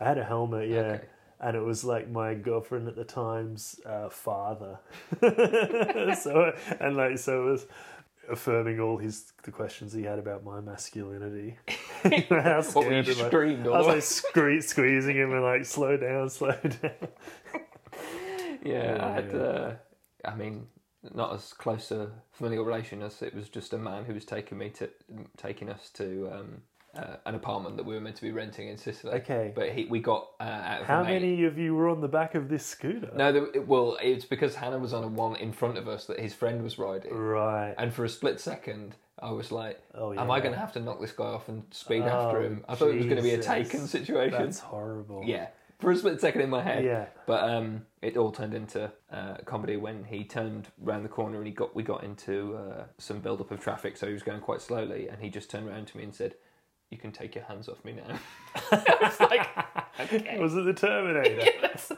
Speaker 1: I had a helmet, yeah.
Speaker 2: Okay.
Speaker 1: And it was like my girlfriend at the time's uh, father. so and like so it was affirming all his the questions he had about my masculinity. How scared
Speaker 2: What were you
Speaker 1: and, like-
Speaker 2: screamed?
Speaker 1: I
Speaker 2: All
Speaker 1: was
Speaker 2: the
Speaker 1: like sque- squeezing him and like slow down, slow down.
Speaker 2: Yeah,
Speaker 1: Yeah,
Speaker 2: I had.
Speaker 1: yeah.
Speaker 2: Uh, I mean, not as close a familial relation as it was just a man who was taking me to taking us to um, uh, an apartment that we were meant to be renting in Sicily.
Speaker 1: Okay.
Speaker 2: but he, we got uh, out of
Speaker 1: How
Speaker 2: a mate-
Speaker 1: many of you were on the back of this scooter?
Speaker 2: No, there, it- well, it's because Hannah was on a one in front of us that his friend was riding,
Speaker 1: Right.
Speaker 2: and for a split second. I was like,
Speaker 1: Oh,
Speaker 2: "Am I
Speaker 1: yeah.
Speaker 2: going to have to knock this guy off and speed after
Speaker 1: Oh,
Speaker 2: him?" I thought it was going to be a
Speaker 1: Jesus.
Speaker 2: taken situation.
Speaker 1: That's horrible.
Speaker 2: Yeah, for a split second in my head.
Speaker 1: Yeah.
Speaker 2: But um, it all turned into uh, comedy when he turned round the corner and he got we got into uh, some build up of traffic, so he was going quite slowly, and he just turned around to me and said, "You can take your hands off me now." I was like, okay.
Speaker 1: Was it the Terminator?
Speaker 2: Yes. Uh,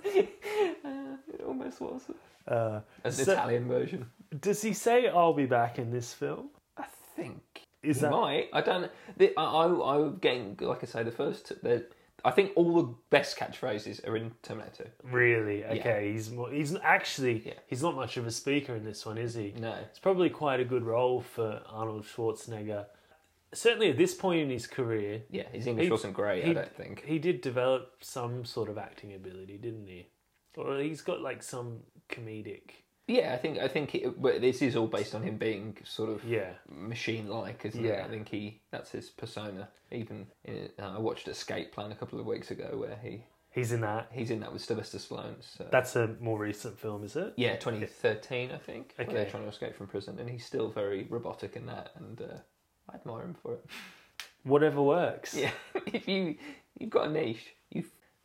Speaker 2: it almost was
Speaker 1: Uh,
Speaker 2: an
Speaker 1: So-
Speaker 2: Italian version.
Speaker 1: does he say I'll be back in this film?
Speaker 2: I think
Speaker 1: Is
Speaker 2: he
Speaker 1: that
Speaker 2: might. I don't. The, I, I I was getting like I say the first. The, I think all the best catchphrases are in Terminator.
Speaker 1: really okay? He's more, he's actually
Speaker 2: Yeah.
Speaker 1: he's not much of a speaker in this one, is he?
Speaker 2: No.
Speaker 1: It's probably quite a good role for Arnold Schwarzenegger. Certainly at this point in his career,
Speaker 2: Yeah, his English
Speaker 1: He-
Speaker 2: wasn't great.
Speaker 1: he-
Speaker 2: I don't think.
Speaker 1: he did develop some sort of acting ability, didn't he? Or he's got like some comedic.
Speaker 2: Yeah, I think I think, it, but this is all based on him being sort of
Speaker 1: Yeah.
Speaker 2: machine-like, isn't
Speaker 1: Yeah.
Speaker 2: it? I think he that's his persona. Even in, uh, I watched Escape Plan a couple of weeks ago, where he
Speaker 1: He's in that.
Speaker 2: he's in that with Sylvester Stallone. So.
Speaker 1: That's a more recent film, is it?
Speaker 2: yeah, 2013, I think. where they're
Speaker 1: Okay.
Speaker 2: trying to escape from prison, and he's still very robotic in that, and uh, I admire him for it.
Speaker 1: Whatever works.
Speaker 2: Yeah, if you you've got a niche, you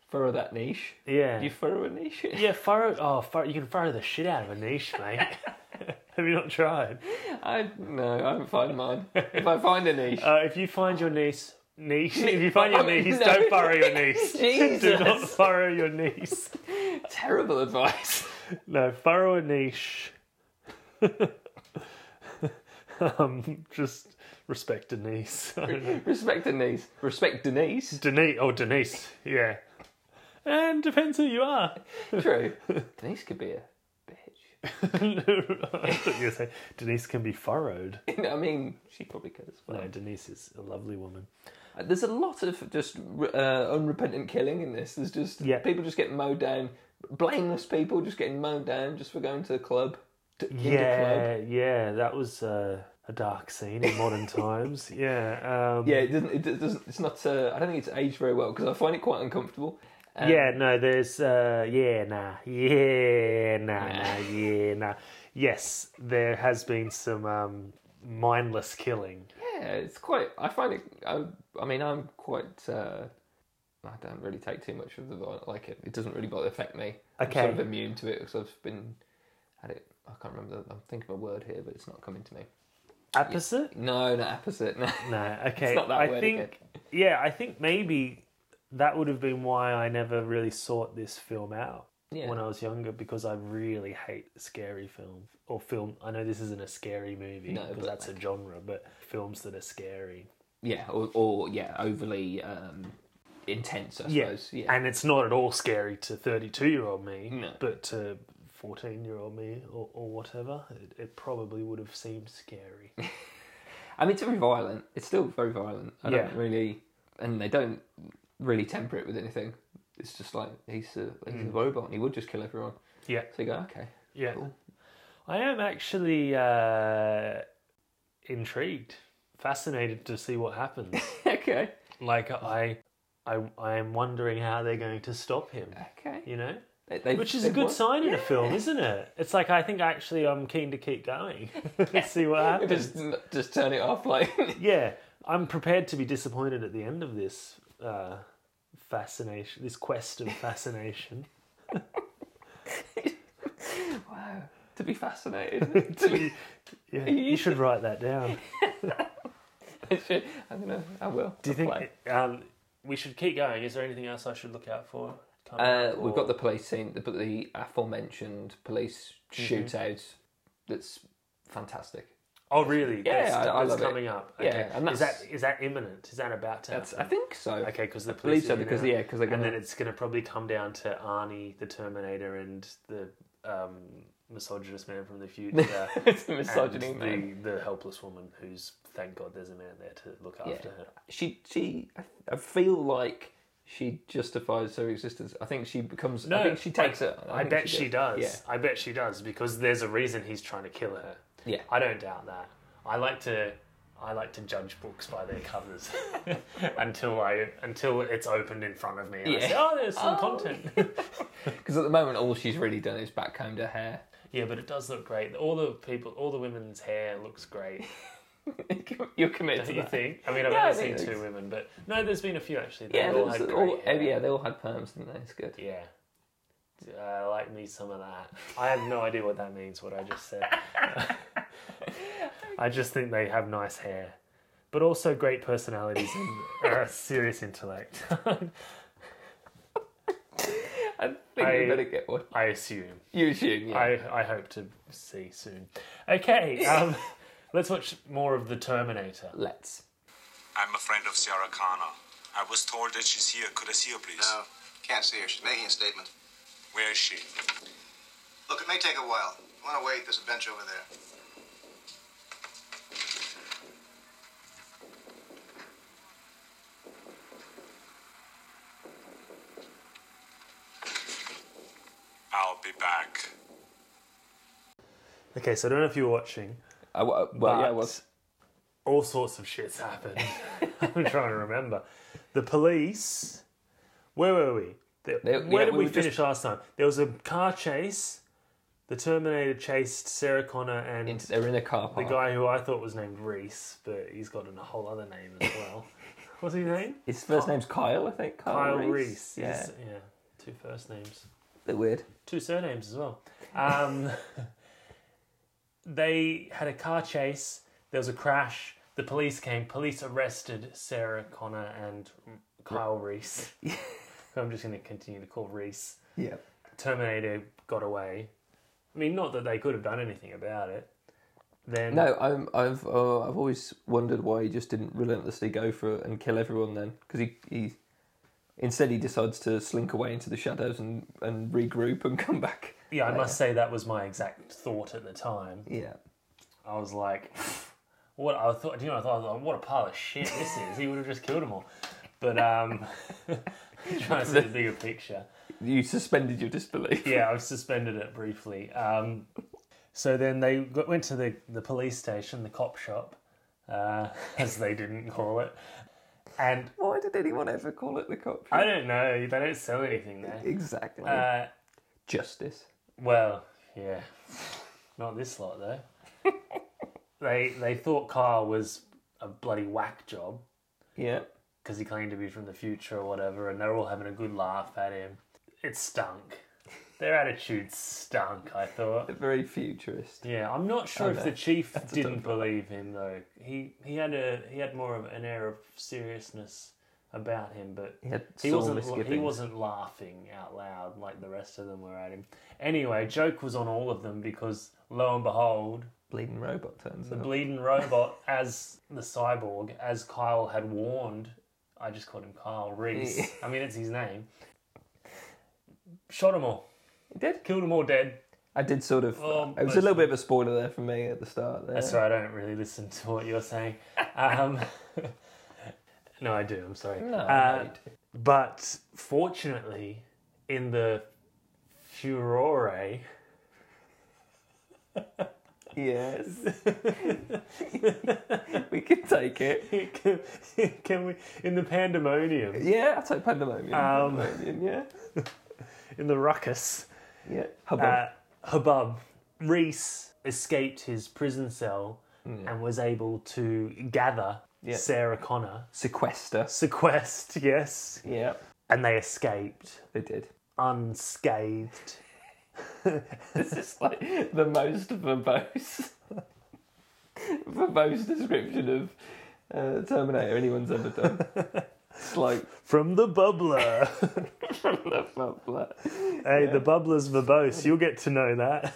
Speaker 2: furrow that niche.
Speaker 1: Yeah.
Speaker 2: Do you furrow a niche?
Speaker 1: Yeah, furrow. Oh, furrow, you can furrow the shit out of a niche, mate. Have you not tried?
Speaker 2: I no, I haven't found mine. if I find a niche,
Speaker 1: Uh, if you find your niece, niece, if you find your
Speaker 2: Oh,
Speaker 1: niece,
Speaker 2: no.
Speaker 1: don't furrow your niece. Do not
Speaker 2: Jesus.
Speaker 1: furrow your niece.
Speaker 2: terrible advice.
Speaker 1: No, furrow a niche. um, just respect Denise. I don't know.
Speaker 2: Respect Denise. Respect Denise.
Speaker 1: Denise. Oh, Denise. Yeah. And depends who you are.
Speaker 2: True. Denise could be a bitch.
Speaker 1: I thought you were saying Denise can be furrowed.
Speaker 2: I mean, she probably could as well.
Speaker 1: No, Denise is a lovely woman.
Speaker 2: There's a lot of just uh, unrepentant killing in this. There's just
Speaker 1: Yeah.
Speaker 2: people just getting mowed down. Blameless people just getting mowed down just for going to the club. To, into club.
Speaker 1: Yeah, yeah, that was uh, a dark scene in modern times. Yeah, um,
Speaker 2: Yeah, it doesn't. It do- doesn't. It's not. Uh, I don't think it's aged very well because I find it quite uncomfortable. Um,
Speaker 1: yeah. No, there's uh, yeah, nah, yeah, nah, nah, yeah, nah. Yes, there has been some um, mindless killing.
Speaker 2: Yeah, it's quite. I find it. I, I mean, I'm quite. Uh, I don't really take too much of the violence. Like it, it doesn't really bother affect me. I'm sort
Speaker 1: Okay.
Speaker 2: of immune to it because I've been had it. I can't remember. I'm thinking of a word here, but it's not coming to me.
Speaker 1: Opposite?
Speaker 2: No, not opposite. No.
Speaker 1: No, okay.
Speaker 2: not that
Speaker 1: I
Speaker 2: word
Speaker 1: think,
Speaker 2: again.
Speaker 1: yeah, I think maybe that would have been why I never really sought this film out
Speaker 2: Yeah.
Speaker 1: when I was younger because I really hate scary films or film. I know this isn't a scary movie
Speaker 2: No,
Speaker 1: because
Speaker 2: but
Speaker 1: that's a genre, but films that are scary.
Speaker 2: Yeah, or, or yeah, overly um, intense. I
Speaker 1: Yeah.
Speaker 2: suppose. Yeah.
Speaker 1: and it's not at all scary to thirty-two-year-old me,
Speaker 2: No.
Speaker 1: but to fourteen-year-old me or, or whatever, it, it probably would have seemed scary.
Speaker 2: I mean, it's very violent. It's still very violent. I
Speaker 1: Yeah.
Speaker 2: don't really, and they don't really temper it with anything. It's just like he's a, he's
Speaker 1: Mm.
Speaker 2: a robot and he would just kill everyone.
Speaker 1: yeah,
Speaker 2: So you go, okay.
Speaker 1: yeah.
Speaker 2: Cool.
Speaker 1: I am actually uh, intrigued, fascinated to see what happens.
Speaker 2: okay.
Speaker 1: like I, I, I am wondering how they're going to stop him.
Speaker 2: Okay.
Speaker 1: You know,
Speaker 2: They- they've-
Speaker 1: Which is a
Speaker 2: they've
Speaker 1: good
Speaker 2: won.
Speaker 1: sign in a film, isn't it? It's like I think actually I'm keen to keep going. Let's see what happens.
Speaker 2: Just, just turn it off, like
Speaker 1: Yeah, I'm prepared to be disappointed at the end of this uh, fascination, this quest of fascination.
Speaker 2: wow, to be fascinated. to be,
Speaker 1: Yeah, you should write that down.
Speaker 2: I should- I'm gonna, I will.
Speaker 1: Do you
Speaker 2: I'll
Speaker 1: think
Speaker 2: play.
Speaker 1: um, we should keep going? Is there anything else I should look out for? coming
Speaker 2: Uh,
Speaker 1: up,
Speaker 2: we've
Speaker 1: or-
Speaker 2: got the police scene, the, the aforementioned police
Speaker 1: Mm-hmm.
Speaker 2: shootout. That's fantastic.
Speaker 1: Oh, really?
Speaker 2: Yeah,
Speaker 1: that's,
Speaker 2: I- I
Speaker 1: that's
Speaker 2: love it.
Speaker 1: coming up.
Speaker 2: Yeah,
Speaker 1: Okay.
Speaker 2: and
Speaker 1: is that
Speaker 2: that's-
Speaker 1: is that imminent? Is that about to
Speaker 2: That's, I
Speaker 1: happen?
Speaker 2: think so.
Speaker 1: okay, because the
Speaker 2: believe
Speaker 1: police.
Speaker 2: so,
Speaker 1: are
Speaker 2: because,
Speaker 1: gonna-
Speaker 2: yeah, 'cause they're
Speaker 1: and
Speaker 2: gonna-
Speaker 1: then it's going to probably come down to Arnie, the Terminator, and the um, misogynist man from the future.
Speaker 2: it's the misogyny
Speaker 1: and
Speaker 2: man.
Speaker 1: the, the helpless woman who's thank God there's a man there to look after her.
Speaker 2: She, she, I- I feel like she justifies her existence. I think she becomes. I think she takes
Speaker 1: I,
Speaker 2: it.
Speaker 1: I, bet she, does.
Speaker 2: Yeah.
Speaker 1: I bet she does because there's a reason he's trying to kill her.
Speaker 2: Yeah.
Speaker 1: I don't doubt that. I like to I like to judge books by their covers until I until it's opened in front of me. And I
Speaker 2: Yeah.
Speaker 1: say, oh, there's some content.
Speaker 2: Because at the moment, all she's really done is backcombed her hair.
Speaker 1: yeah, but it does look great. All the people, all the women's hair looks great.
Speaker 2: You're committed
Speaker 1: Do
Speaker 2: to
Speaker 1: you
Speaker 2: that.
Speaker 1: think? I mean, I've
Speaker 2: Yeah, I
Speaker 1: only
Speaker 2: think
Speaker 1: seen
Speaker 2: it
Speaker 1: two
Speaker 2: looks-
Speaker 1: women, but no, there's been a few actually. They
Speaker 2: Yeah,
Speaker 1: all
Speaker 2: there was
Speaker 1: had
Speaker 2: all-
Speaker 1: great hair.
Speaker 2: oh, yeah, they all had perms, didn't they? It's good.
Speaker 1: Yeah. uh, I like me some of that. I have no idea what that means, what I just said. I just think they have nice hair, but also great personalities and uh, serious intellect.
Speaker 2: I think
Speaker 1: I-
Speaker 2: we better get one.
Speaker 1: I assume.
Speaker 2: You assume, yeah.
Speaker 1: I, I hope to see soon. Okay, um, let's watch more of The Terminator.
Speaker 2: Let's.
Speaker 3: I'm a friend of Sarah Connor. I was told that she's here. Could I see her, please?
Speaker 4: No, can't see her. She's making a statement.
Speaker 3: Where is she?
Speaker 4: Look, it may take a while. You want to wait? There's a bench over there.
Speaker 3: I'll be back.
Speaker 1: Okay, so I don't know if you're watching.
Speaker 2: I, wa- well, yeah, I
Speaker 1: But
Speaker 2: was.
Speaker 1: all sorts of shit's happened. I'm trying to remember. The police. Where were we? The-
Speaker 2: They-
Speaker 1: where
Speaker 2: yeah,
Speaker 1: did
Speaker 2: we
Speaker 1: we,
Speaker 2: were
Speaker 1: finish last time? There was a car chase. The Terminator chased Sarah Connor and
Speaker 2: It's, they're in a car
Speaker 1: the
Speaker 2: park.
Speaker 1: guy who I thought was named Reese, but he's got a whole other name as well. What's his name?
Speaker 2: His first name's Kyle, I think.
Speaker 1: Kyle
Speaker 2: Kyle,
Speaker 1: Reese.
Speaker 2: Yeah.
Speaker 1: He's- yeah, two first names.
Speaker 2: bit weird.
Speaker 1: two surnames as well. Um, they had a car chase. There was a crash. The police came. Police arrested Sarah Connor and Kyle Reese. who I'm just going to continue to call Reese.
Speaker 2: Yeah.
Speaker 1: Terminator got away. I mean, not that they could have done anything about it. Then
Speaker 2: No, I'm, I've uh, I've always wondered why he just didn't relentlessly go for it and kill everyone then, because he, he instead he decides to slink away into the shadows and, and regroup and come back.
Speaker 1: yeah, I must say that was my exact thought at the time.
Speaker 2: Yeah.
Speaker 1: I was like, what I thought, you know, I thought, what a pile of shit this is. He would have just killed them all. But um, trying to see the bigger picture.
Speaker 2: You suspended your disbelief.
Speaker 1: Yeah, I've suspended it briefly. Um, so then they got, went to the, the police station, the cop shop, uh, as they didn't call it. And
Speaker 2: Why did anyone ever call it the cop?
Speaker 1: I don't know, they don't sell anything there.
Speaker 2: exactly.
Speaker 1: Uh,
Speaker 2: Justice.
Speaker 1: Well, yeah. Not this lot though. they they thought Kyle was a bloody whack job
Speaker 2: Yeah.
Speaker 1: because he claimed to be from the future or whatever, and they're all having a good laugh at him. It stunk. Their attitude stunk. I thought.
Speaker 2: Very futurist.
Speaker 1: Yeah, I'm not sure if
Speaker 2: no.
Speaker 1: the chief
Speaker 2: a
Speaker 1: didn't
Speaker 2: dumb one.
Speaker 1: believe him though. He he had a he had more of an air of seriousness about him, but
Speaker 2: He had
Speaker 1: he
Speaker 2: sore
Speaker 1: wasn't la- he
Speaker 2: misgivings.
Speaker 1: wasn't laughing out loud like the rest of them were at him. Anyway, joke was on all of them because lo and behold,
Speaker 2: Bleeding robot turns
Speaker 1: the
Speaker 2: up.
Speaker 1: bleeding robot as the cyborg, as Kyle had warned, I just called him Kyle Reese. I mean, it's his name. Shot them all,
Speaker 2: He did.
Speaker 1: killed them all dead.
Speaker 2: I did sort of.
Speaker 1: Well,
Speaker 2: it was a little bit of a spoiler there for me at the start. There.
Speaker 1: Oh, That's right. I don't really listen to what you're saying. Um, no, I do. I'm sorry.
Speaker 2: No,
Speaker 1: Uh,
Speaker 2: no,
Speaker 1: but fortunately, in the furore,
Speaker 2: Yes. we can take it.
Speaker 1: can, can we in the pandemonium?
Speaker 2: Yeah, I take pandemonium.
Speaker 1: Um,
Speaker 2: pandemonium yeah.
Speaker 1: in the ruckus.
Speaker 2: Yeah. Hubbub.
Speaker 1: Uh, hubbub. Reese escaped his prison cell
Speaker 2: Hmm.
Speaker 1: and was able to gather Sarah Connor.
Speaker 2: Sequester.
Speaker 1: Sequest, yes.
Speaker 2: Yeah.
Speaker 1: And they escaped
Speaker 2: They did.
Speaker 1: unscathed.
Speaker 2: This is like the most verbose, verbose description of uh, Terminator anyone's ever done. It's like
Speaker 1: From the bubbler.
Speaker 2: blah, blah, blah.
Speaker 1: hey, the bubbler's verbose. You'll get to know that.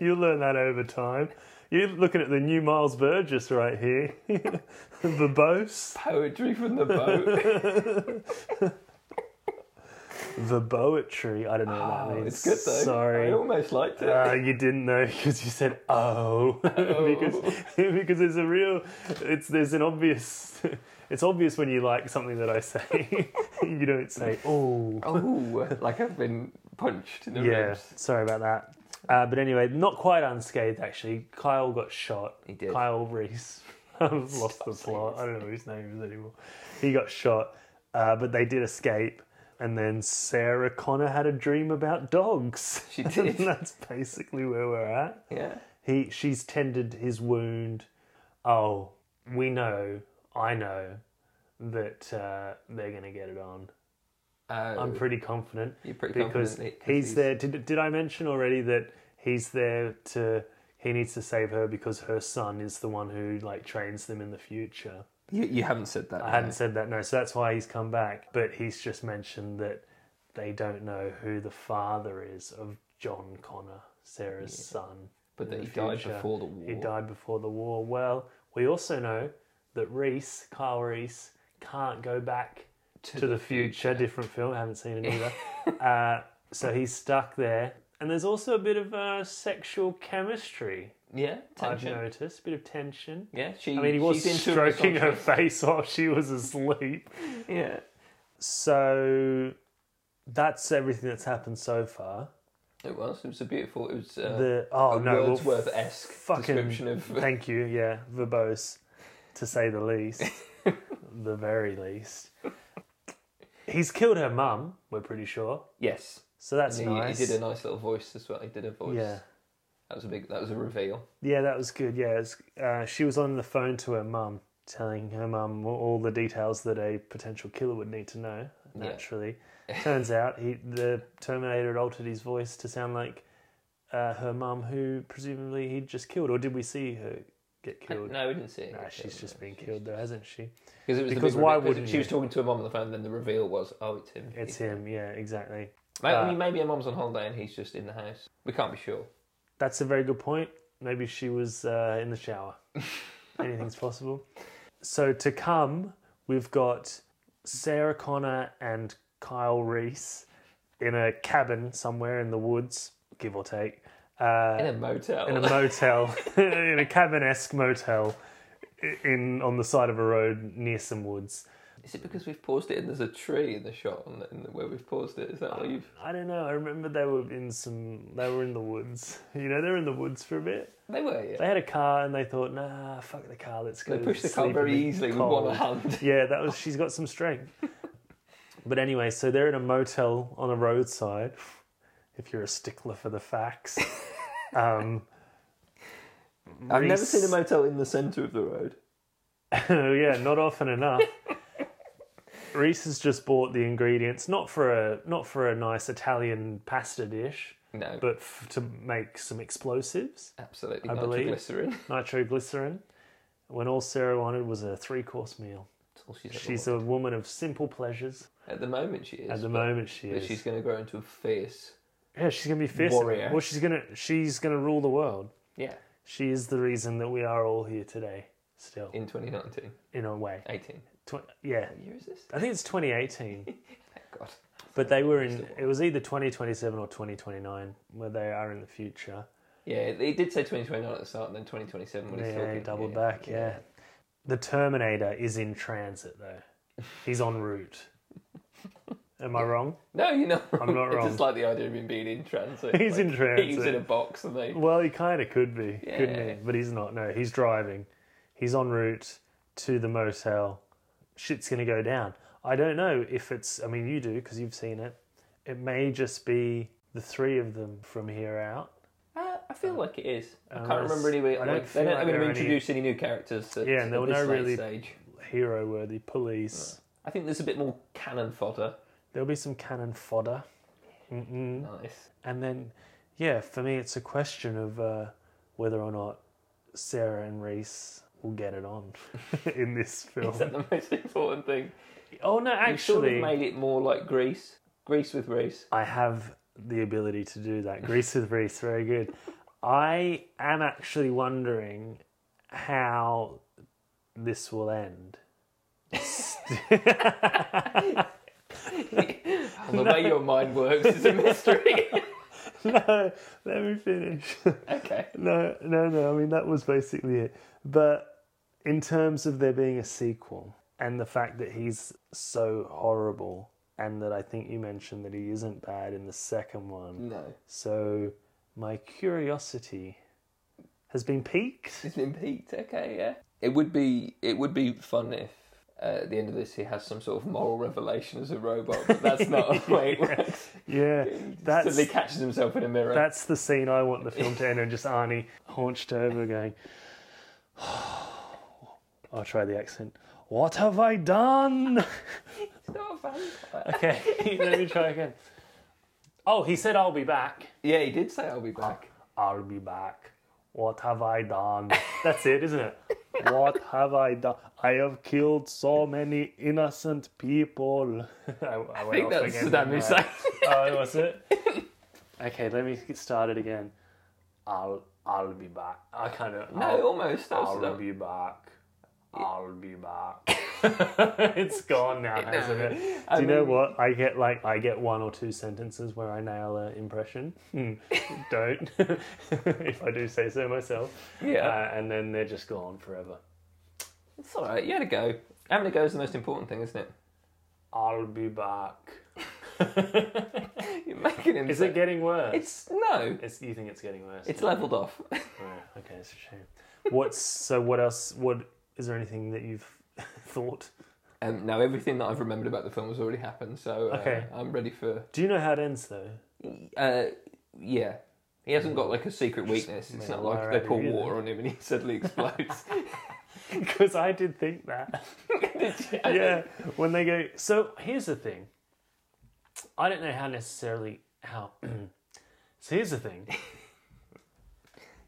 Speaker 1: You'll learn that over time. You're looking at the new Miles Burgess right here. verbose.
Speaker 2: poetry from the boat.
Speaker 1: The poetry. I don't know what that
Speaker 2: Oh,
Speaker 1: means.
Speaker 2: it's good though.
Speaker 1: Sorry.
Speaker 2: I almost liked it.
Speaker 1: Uh, you didn't know because you said oh because because there's a real it's there's an obvious it's obvious when you like something that I say you don't say oh
Speaker 2: oh, like I've been punched in the
Speaker 1: yeah
Speaker 2: ribs.
Speaker 1: sorry about that uh, but anyway not quite unscathed actually Kyle got shot
Speaker 2: He did.
Speaker 1: Kyle Reese I've lost the plot I don't know his name is anymore he got shot uh, but they did escape and then Sarah Connor had a dream about dogs
Speaker 2: She did.
Speaker 1: and that's basically where we're at.
Speaker 2: Yeah.
Speaker 1: He she's tended his wound. Oh, we know, I know that uh, they're gonna get it on. I'm
Speaker 2: Uh,
Speaker 1: pretty confident.
Speaker 2: You're pretty
Speaker 1: because
Speaker 2: confident that- 'cause
Speaker 1: he's,
Speaker 2: he's-
Speaker 1: there. Did, did I mention already that he's there to? He needs to save her because her son is the one who like trains them in the future.
Speaker 2: you, you haven't said that.
Speaker 1: I
Speaker 2: no.
Speaker 1: hadn't said that no, so that's why he's come back. But he's just mentioned that they don't know who the father is of John Connor, Sarah's son.
Speaker 2: But
Speaker 1: in
Speaker 2: that
Speaker 1: the
Speaker 2: he died
Speaker 1: future.
Speaker 2: before the
Speaker 1: He
Speaker 2: war.
Speaker 1: died before the war. Well, we also know that Reese, Carl Reese, can't go back to, the, future. Different film, haven't seen it either. uh, so he's stuck there. And there's also a bit of uh, sexual chemistry,
Speaker 2: Yeah.
Speaker 1: I've
Speaker 2: Tension.
Speaker 1: noticed, a bit of tension.
Speaker 2: Yeah. She.
Speaker 1: I mean, he was
Speaker 2: she's into
Speaker 1: stroking her
Speaker 2: misogyny.
Speaker 1: face while she was asleep.
Speaker 2: Yeah.
Speaker 1: So that's everything that's happened so far.
Speaker 2: It was. It was a beautiful. It was. Uh,
Speaker 1: The oh
Speaker 2: a
Speaker 1: no, well,
Speaker 2: Wordsworth esque
Speaker 1: fucking
Speaker 2: description of
Speaker 1: thank you, yeah, verbose, to say the least, the very least. He's killed her mum. We're pretty sure,
Speaker 2: yes.
Speaker 1: so that's
Speaker 2: He, he
Speaker 1: nice.
Speaker 2: did a nice little voice as well. He did a voice.
Speaker 1: yeah,
Speaker 2: That was a big. That was a reveal.
Speaker 1: yeah, that was good. Yeah, it was, uh, she was on the phone to her mum, telling her mum all the details that a potential killer would need to know. Naturally, turns out he the Terminator had altered his voice to sound like uh, her mum, who presumably he'd just killed, or did we see her get killed?
Speaker 2: No, we didn't see it.
Speaker 1: Nah, she's just been killed though, hasn't she?
Speaker 2: Because it was the
Speaker 1: Because
Speaker 2: big
Speaker 1: why
Speaker 2: reveal- 'cause
Speaker 1: wouldn't
Speaker 2: she was
Speaker 1: you?
Speaker 2: talking to her mum on the phone? Then the reveal was, oh, it's him.
Speaker 1: It's him, yeah, exactly.
Speaker 2: Maybe,
Speaker 1: uh,
Speaker 2: I mean, maybe her mum's on holiday and he's just in the house. We can't be sure.
Speaker 1: That's a very good point. Maybe she was uh, in the shower. Anything's possible. So to come, we've got Sarah Connor and Kyle Reese in a cabin somewhere in the woods, give or take, uh,
Speaker 2: In a motel.
Speaker 1: in a motel, in a cabin-esque motel, i- in on the side of a road near some woods.
Speaker 2: Is it because we've paused it and there's a tree in the shot on the, in the, where we've paused it? Is
Speaker 1: Uh,
Speaker 2: that why you've?
Speaker 1: I don't know. I remember they were in some. They were in the woods. You know, they were in the woods for a bit.
Speaker 2: They were. Yeah.
Speaker 1: They had a car and they thought, nah, fuck the car, let's go.
Speaker 2: They pushed the car
Speaker 1: sleep in
Speaker 2: very
Speaker 1: the
Speaker 2: easily
Speaker 1: cold."
Speaker 2: with one hand.
Speaker 1: Yeah, that was. She's got some strength. but anyway, so they're in a motel on a roadside. If you're a stickler for the facts, um,
Speaker 2: I've never
Speaker 1: Reese-
Speaker 2: seen a motel in the centre of the road.
Speaker 1: yeah, not often enough. Reese has just bought the ingredients, not for a not for a nice Italian pasta dish,
Speaker 2: No,
Speaker 1: but f- to make some explosives.
Speaker 2: absolutely
Speaker 1: I believe-
Speaker 2: nitroglycerin.
Speaker 1: nitroglycerin when all Sarah wanted was a three course meal.
Speaker 2: That's all she's ever
Speaker 1: She's
Speaker 2: wanted.
Speaker 1: a woman of simple pleasures.
Speaker 2: at the moment she is.
Speaker 1: At the
Speaker 2: but-
Speaker 1: moment, she
Speaker 2: But
Speaker 1: is.
Speaker 2: she's going to grow into a fierce.
Speaker 1: yeah, she's gonna be fierce.
Speaker 2: Warrior.
Speaker 1: Well, she's gonna she's gonna rule the world.
Speaker 2: Yeah.
Speaker 1: She is the reason that we are all here today, still in,
Speaker 2: In 2019,
Speaker 1: a way.
Speaker 2: 18.
Speaker 1: Tw- yeah,
Speaker 2: What year is this?
Speaker 1: I think it's 2018,
Speaker 2: Thank Oh, God.
Speaker 1: but they were in. It was either 2027 or 2029, where they are in the future.
Speaker 2: Yeah, it it did say 2029 at the start, and then 2027 when he's
Speaker 1: Yeah,
Speaker 2: talking.
Speaker 1: double back. Yeah. the Terminator is in transit though. He's en route. Am I wrong?
Speaker 2: No, you're not. Wrong.
Speaker 1: I'm not
Speaker 2: It's
Speaker 1: wrong.
Speaker 2: just like the idea of him being in transit.
Speaker 1: He's
Speaker 2: like,
Speaker 1: in transit.
Speaker 2: He's in a box, and they.
Speaker 1: Well, he kind of could be, couldn't
Speaker 2: Yeah.
Speaker 1: he? But he's not. No, he's driving. He's en route to the motel. Shit's gonna go down. I don't know if it's. I mean, you do because you've seen it. it may just be the three of them from here out.
Speaker 2: Uh, I feel like it is. I can't
Speaker 1: unless-
Speaker 2: remember any. Way,
Speaker 1: Oh. I
Speaker 2: I
Speaker 1: don't
Speaker 2: they
Speaker 1: feel
Speaker 2: don't
Speaker 1: like
Speaker 2: even
Speaker 1: there are any-
Speaker 2: introduce any new characters. At,
Speaker 1: Yeah, and there
Speaker 2: at
Speaker 1: were
Speaker 2: this
Speaker 1: no
Speaker 2: late
Speaker 1: really-
Speaker 2: stage.
Speaker 1: Hero worthy police.
Speaker 2: I think there's a bit more cannon fodder.
Speaker 1: There'll be some cannon fodder. Mm-mm.
Speaker 2: Nice.
Speaker 1: And then, yeah, for me, it's a question of uh, whether or not Sarah and Reese will get it on in this film.
Speaker 2: Is that the most important thing?
Speaker 1: Oh, no,
Speaker 2: You sort
Speaker 1: actually.
Speaker 2: of made it more like Grease. Grease with Reese.
Speaker 1: I have the ability to do that. Grease with Reese, very good. I am actually wondering how this will end.
Speaker 2: the way your mind works is a mystery.
Speaker 1: no, let me finish.
Speaker 2: okay.
Speaker 1: no, no, no. I mean, that was basically it. But in terms of there being a sequel and the fact that he's so horrible, and that I think you mentioned that he isn't bad in the second one.
Speaker 2: No.
Speaker 1: So my curiosity has been piqued.
Speaker 2: It's been peaked. Okay, yeah. It would be it would be fun if uh, at the end of this he has some sort of moral revelation as a robot, but that's not the way it works.
Speaker 1: Yeah,
Speaker 2: That's...
Speaker 1: that's
Speaker 2: Suddenly catches himself in a mirror.
Speaker 1: that's the scene I want the film to end on. Just Arnie haunched over, going, "I'll try the accent. What have I done?"
Speaker 2: It's not a vampire.
Speaker 1: Okay, let me try again. Oh, he said, I'll be back.
Speaker 2: Yeah, he did say I'll be back.
Speaker 1: I'll be back. What have I done? That's it, isn't it? What have I done? I have killed so many innocent people. I, I went
Speaker 2: I think
Speaker 1: off
Speaker 2: that's
Speaker 1: again,
Speaker 2: Saddam
Speaker 1: didn't I?
Speaker 2: Hussein.
Speaker 1: Oh, was it? okay, let me get started again. I'll I'll be back. I kind of
Speaker 2: no, almost. That was
Speaker 1: I'll
Speaker 2: Saddam.
Speaker 1: be back. I'll be back. it's gone now, hasn't it? Do you know
Speaker 2: mean-
Speaker 1: what? I get like I get one or two sentences where I nail an impression. Hmm, Don't, if I do say so myself.
Speaker 2: Yeah.
Speaker 1: Uh, and then they're just gone forever.
Speaker 2: It's all right. You had a go. Having a go is the most important thing, isn't it?
Speaker 1: I'll be back.
Speaker 2: You're making him.
Speaker 1: Is
Speaker 2: say-
Speaker 1: it getting worse?
Speaker 2: It's no.
Speaker 1: It's- you think it's getting worse?
Speaker 2: It's leveled off.
Speaker 1: Oh, okay, it's a shame. What's so? What else? What is there anything that you've thought?
Speaker 2: um, now everything that I've remembered about the film has already happened, so uh,
Speaker 1: Okay.
Speaker 2: I'm ready for.
Speaker 1: Do you know how it ends though?
Speaker 2: Uh, yeah. He hasn't got like a secret weakness.
Speaker 1: made
Speaker 2: It's
Speaker 1: a
Speaker 2: not
Speaker 1: liar
Speaker 2: like they
Speaker 1: out of
Speaker 2: pour
Speaker 1: you
Speaker 2: water on him and he suddenly explodes.
Speaker 1: Because I did think that. yeah, when they go. So here's the thing. I don't know how necessarily how. so here's the thing.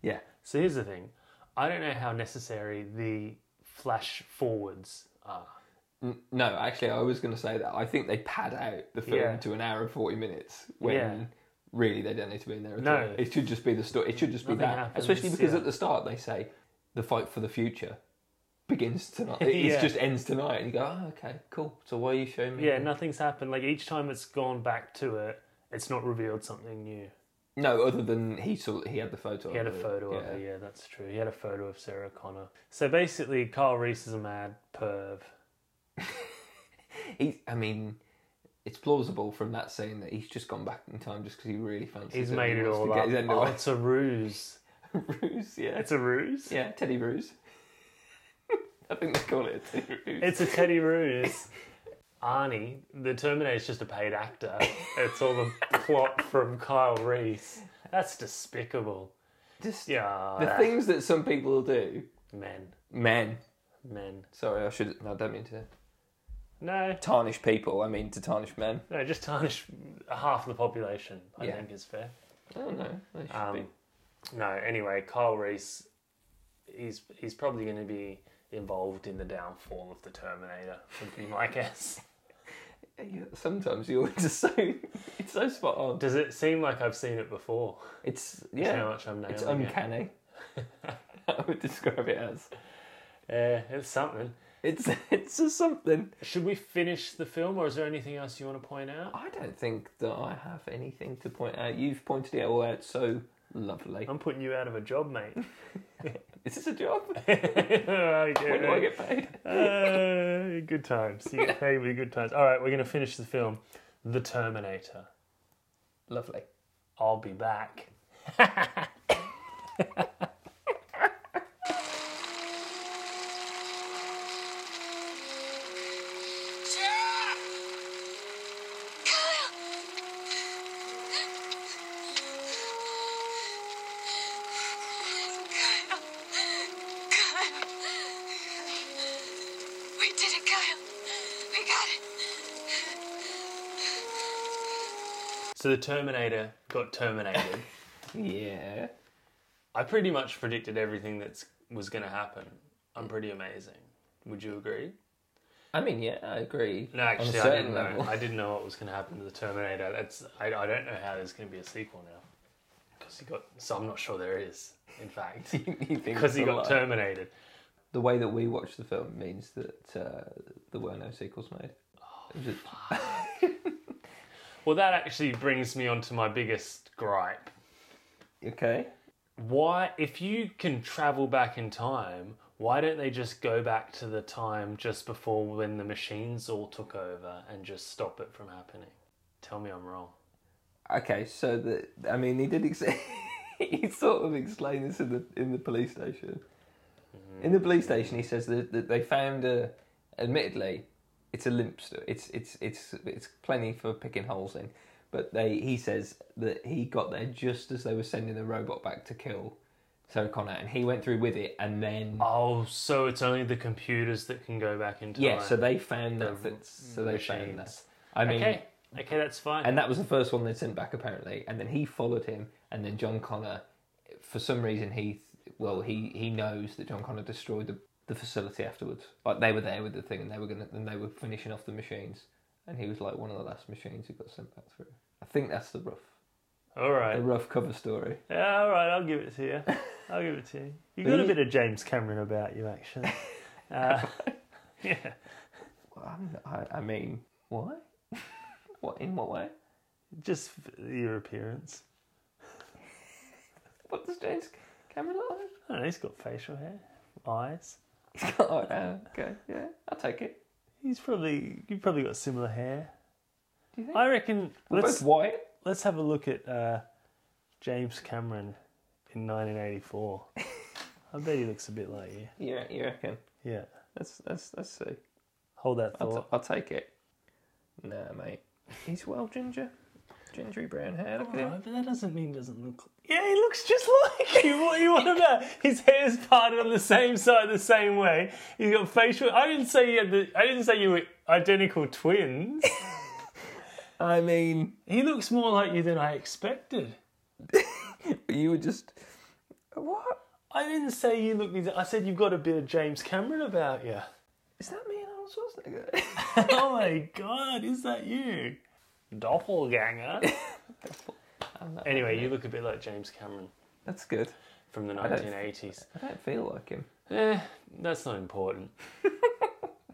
Speaker 2: yeah.
Speaker 1: So here's the thing. I don't know how necessary the flash forwards are.
Speaker 2: N- No, actually, I was going to say that. I think they pad out the film
Speaker 1: Yeah.
Speaker 2: to an hour and forty minutes when
Speaker 1: Yeah.
Speaker 2: really they don't need to be in there. At
Speaker 1: No.
Speaker 2: all. it should just be the story. It should just be
Speaker 1: Nothing
Speaker 2: that,
Speaker 1: happens,
Speaker 2: especially because
Speaker 1: yeah.
Speaker 2: at the start they say the fight for the future begins tonight. It
Speaker 1: Yeah.
Speaker 2: it just ends tonight, and you go, "Oh, okay, cool." So why are you showing me?
Speaker 1: Yeah, nothing's happened. Like each time it's gone back to it, it's not revealed something new.
Speaker 2: No, other than he saw he had the photo.
Speaker 1: He had a photo of her, Mm-hmm. yeah, that's true. He had a photo of Sarah Connor. So basically, Carl Reese is a mad perv.
Speaker 2: He, I mean, it's plausible from that scene that he's just gone back in time just because he really fancies.
Speaker 1: He's
Speaker 2: and
Speaker 1: made
Speaker 2: he
Speaker 1: it
Speaker 2: wants
Speaker 1: all
Speaker 2: to
Speaker 1: up.
Speaker 2: Get his end
Speaker 1: Oh,
Speaker 2: away.
Speaker 1: it's a ruse.
Speaker 2: Ruse, yeah,
Speaker 1: It's a ruse?
Speaker 2: yeah, Teddy Ruse. I think they call it a Teddy Ruse.
Speaker 1: It's a Teddy ruse. Arnie, the Terminator's just a paid actor. It's all the plot from Kyle Reese. That's despicable.
Speaker 2: just
Speaker 1: Yeah,
Speaker 2: the things that some people do.
Speaker 1: men,
Speaker 2: Men,
Speaker 1: men.
Speaker 2: sorry, I should. No, I don't mean to
Speaker 1: No,
Speaker 2: tarnish people. I mean to tarnish men.
Speaker 1: no, just tarnish half the population. I
Speaker 2: Yeah.
Speaker 1: think is fair.
Speaker 2: Oh no, they should
Speaker 1: Um,
Speaker 2: be.
Speaker 1: no, anyway, Kyle Reese, he's he's probably going to be involved in the downfall of the Terminator. Would be my guess.
Speaker 2: Yeah,
Speaker 1: Um,
Speaker 2: Sometimes you're just so it's so spot on.
Speaker 1: Does it seem like I've seen it before?
Speaker 2: It's
Speaker 1: Yeah.
Speaker 2: yeah,
Speaker 1: how much I'm nailing
Speaker 2: it's
Speaker 1: it.
Speaker 2: uncanny. I would describe it as
Speaker 1: Yeah, it's something.
Speaker 2: it's it's just something.
Speaker 1: Should we finish the film, or is there anything else you want to point out?
Speaker 2: I don't think that I have anything to point out. You've pointed it all out so lovely.
Speaker 1: I'm putting you out of a job, mate.
Speaker 2: Is this a job?
Speaker 1: I get
Speaker 2: when do I
Speaker 1: it.
Speaker 2: get paid?
Speaker 1: Uh, good times. You get paid with good times. All right, we're going to finish the film, The Terminator.
Speaker 2: Lovely.
Speaker 1: I'll be back.
Speaker 5: Sarah! Kyle!
Speaker 1: So the Terminator got terminated.
Speaker 2: Yeah.
Speaker 1: I pretty much predicted everything that was going to happen. I'm pretty amazing. Would you agree?
Speaker 2: I mean, yeah, I agree.
Speaker 1: No,
Speaker 2: On a
Speaker 1: actually, I
Speaker 2: certain
Speaker 1: didn't know.
Speaker 2: level.
Speaker 1: I didn't know what was going to happen to the Terminator. That's I, I don't know how there's going to be a sequel now because he got. So I'm not sure there is. In fact,
Speaker 2: You think
Speaker 1: because he
Speaker 2: it's a
Speaker 1: got
Speaker 2: lie.
Speaker 1: terminated.
Speaker 2: The way that we watched the film means that uh, there were no sequels made.
Speaker 1: Oh,
Speaker 2: It was-
Speaker 1: Well, that actually brings me on to my biggest gripe.
Speaker 2: okay.
Speaker 1: Why, if you can travel back in time, why don't they just go back to the time just before when the machines all took over and just stop it from happening? Tell me I'm wrong.
Speaker 2: Okay, so the I mean, he did ex- he sort of explained this in the in the police station.
Speaker 1: Mm-hmm.
Speaker 2: In the police station, he says that, that they found a. Admittedly, it's a limp. St- it's it's it's it's plenty for picking holes in, but they he says that he got there just as they were sending the robot back to kill Sarah Connor, and he went through with it, and then
Speaker 1: Oh, so it's only the computers that can go back in time.
Speaker 2: yeah, so they found that.
Speaker 1: The
Speaker 2: that- so they found that.
Speaker 1: machines.
Speaker 2: I mean,
Speaker 1: okay, okay, that's fine.
Speaker 2: and that was the first one they sent back apparently and then he followed him and then john connor for some reason he well he he knows that john connor destroyed the, the facility afterwards like they were there with the thing and they were gonna and they were finishing off the machines and he was like one of the last machines who got sent back through i think that's the rough
Speaker 1: all
Speaker 2: the
Speaker 1: right,
Speaker 2: rough cover story
Speaker 1: yeah, all right, I'll give it to you. I'll give it to you. You got a
Speaker 2: you-
Speaker 1: bit of James Cameron about you, actually. Uh, yeah.
Speaker 2: Well, I'm, I, I mean why what in what way
Speaker 1: Just f- your appearance.
Speaker 2: what does james cameron look like
Speaker 1: I don't know, he's got facial hair, eyes.
Speaker 2: he's got oh, no, okay yeah i'll take it
Speaker 1: He's probably you've probably got similar hair.
Speaker 2: do you think
Speaker 1: I reckon
Speaker 2: we're
Speaker 1: let's
Speaker 2: both white
Speaker 1: let's have a look at uh, James Cameron in 1984. I bet he looks a bit like you.
Speaker 2: you, re- you reckon
Speaker 1: Yeah,
Speaker 2: let's let's let's see
Speaker 1: hold that
Speaker 2: I'll,
Speaker 1: thought.
Speaker 2: t- I'll take it. Nah, mate. He's well ginger. Gingery brown hair. Look at him.
Speaker 1: but that doesn't mean he doesn't look. Yeah, he looks just like you. What do you want about? His hair's parted on the same side, the same way. He's got facial. I didn't say you had the. I didn't say you were identical twins.
Speaker 2: Oh, I mean,
Speaker 1: he looks more like you than I expected.
Speaker 2: you were just. What?
Speaker 1: I didn't say you look. I said you've got a bit of James Cameron about you.
Speaker 2: Is that me and Arnold Schwarzenegger?
Speaker 1: oh my god, is that you? Doppelganger. anyway, you look a bit like James Cameron
Speaker 2: That's good.
Speaker 1: from the
Speaker 2: don't-
Speaker 1: 1980s.
Speaker 2: I don't feel like him.
Speaker 1: Eh, that's not important.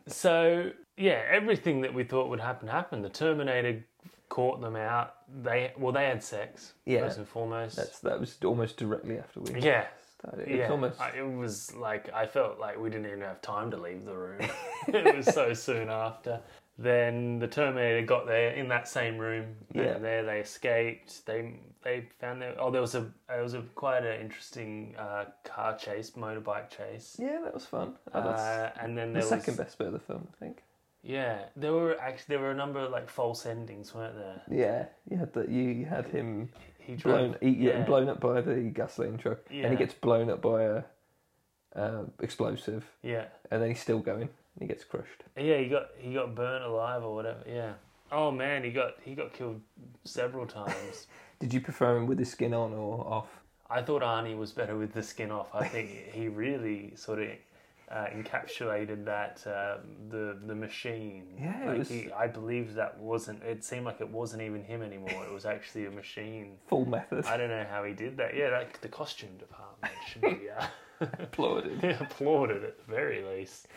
Speaker 1: so, yeah, everything that we thought would happen happened. The Terminator caught them out. They well, they had sex
Speaker 2: Yeah.
Speaker 1: first and foremost.
Speaker 2: That's that was almost directly after we
Speaker 1: yeah.
Speaker 2: started. It's
Speaker 1: Yeah,
Speaker 2: almost.
Speaker 1: I, it was like I felt like we didn't even have time to leave the room. it was so soon after. Then the Terminator got there in that same room.
Speaker 2: Yeah.
Speaker 1: Yeah, there they escaped. They they found their. Oh, there was a there was a quite an interesting uh, car chase, motorbike chase.
Speaker 2: Yeah, that was fun. Oh, that's
Speaker 1: Uh, and then
Speaker 2: the
Speaker 1: there was
Speaker 2: second best bit of the film, I think.
Speaker 1: yeah there were actually there were a number of like false endings weren't there
Speaker 2: Yeah, you had that. You, you had him
Speaker 1: he
Speaker 2: blown,
Speaker 1: drove-
Speaker 2: he, yeah.
Speaker 1: yeah.
Speaker 2: blown up by the gasoline truck, and
Speaker 1: Yeah.
Speaker 2: he gets blown up by a uh, explosive,
Speaker 1: yeah
Speaker 2: and then he's still going, and he gets crushed.
Speaker 1: yeah he got he got burnt alive or whatever yeah oh man he got he got killed several times
Speaker 2: Did you prefer him with his skin on or off?
Speaker 1: I thought Arnie was better with the skin off. I think he really sort of uh, encapsulated that um, the the machine.
Speaker 2: Yeah, it
Speaker 1: like
Speaker 2: was-
Speaker 1: he, I believe that wasn't. It seemed like it wasn't even him anymore. It was actually a machine.
Speaker 2: Full method.
Speaker 1: I don't know how he did that. Yeah, that, the costume department should be uh,
Speaker 2: applauded.
Speaker 1: applauded at the very least.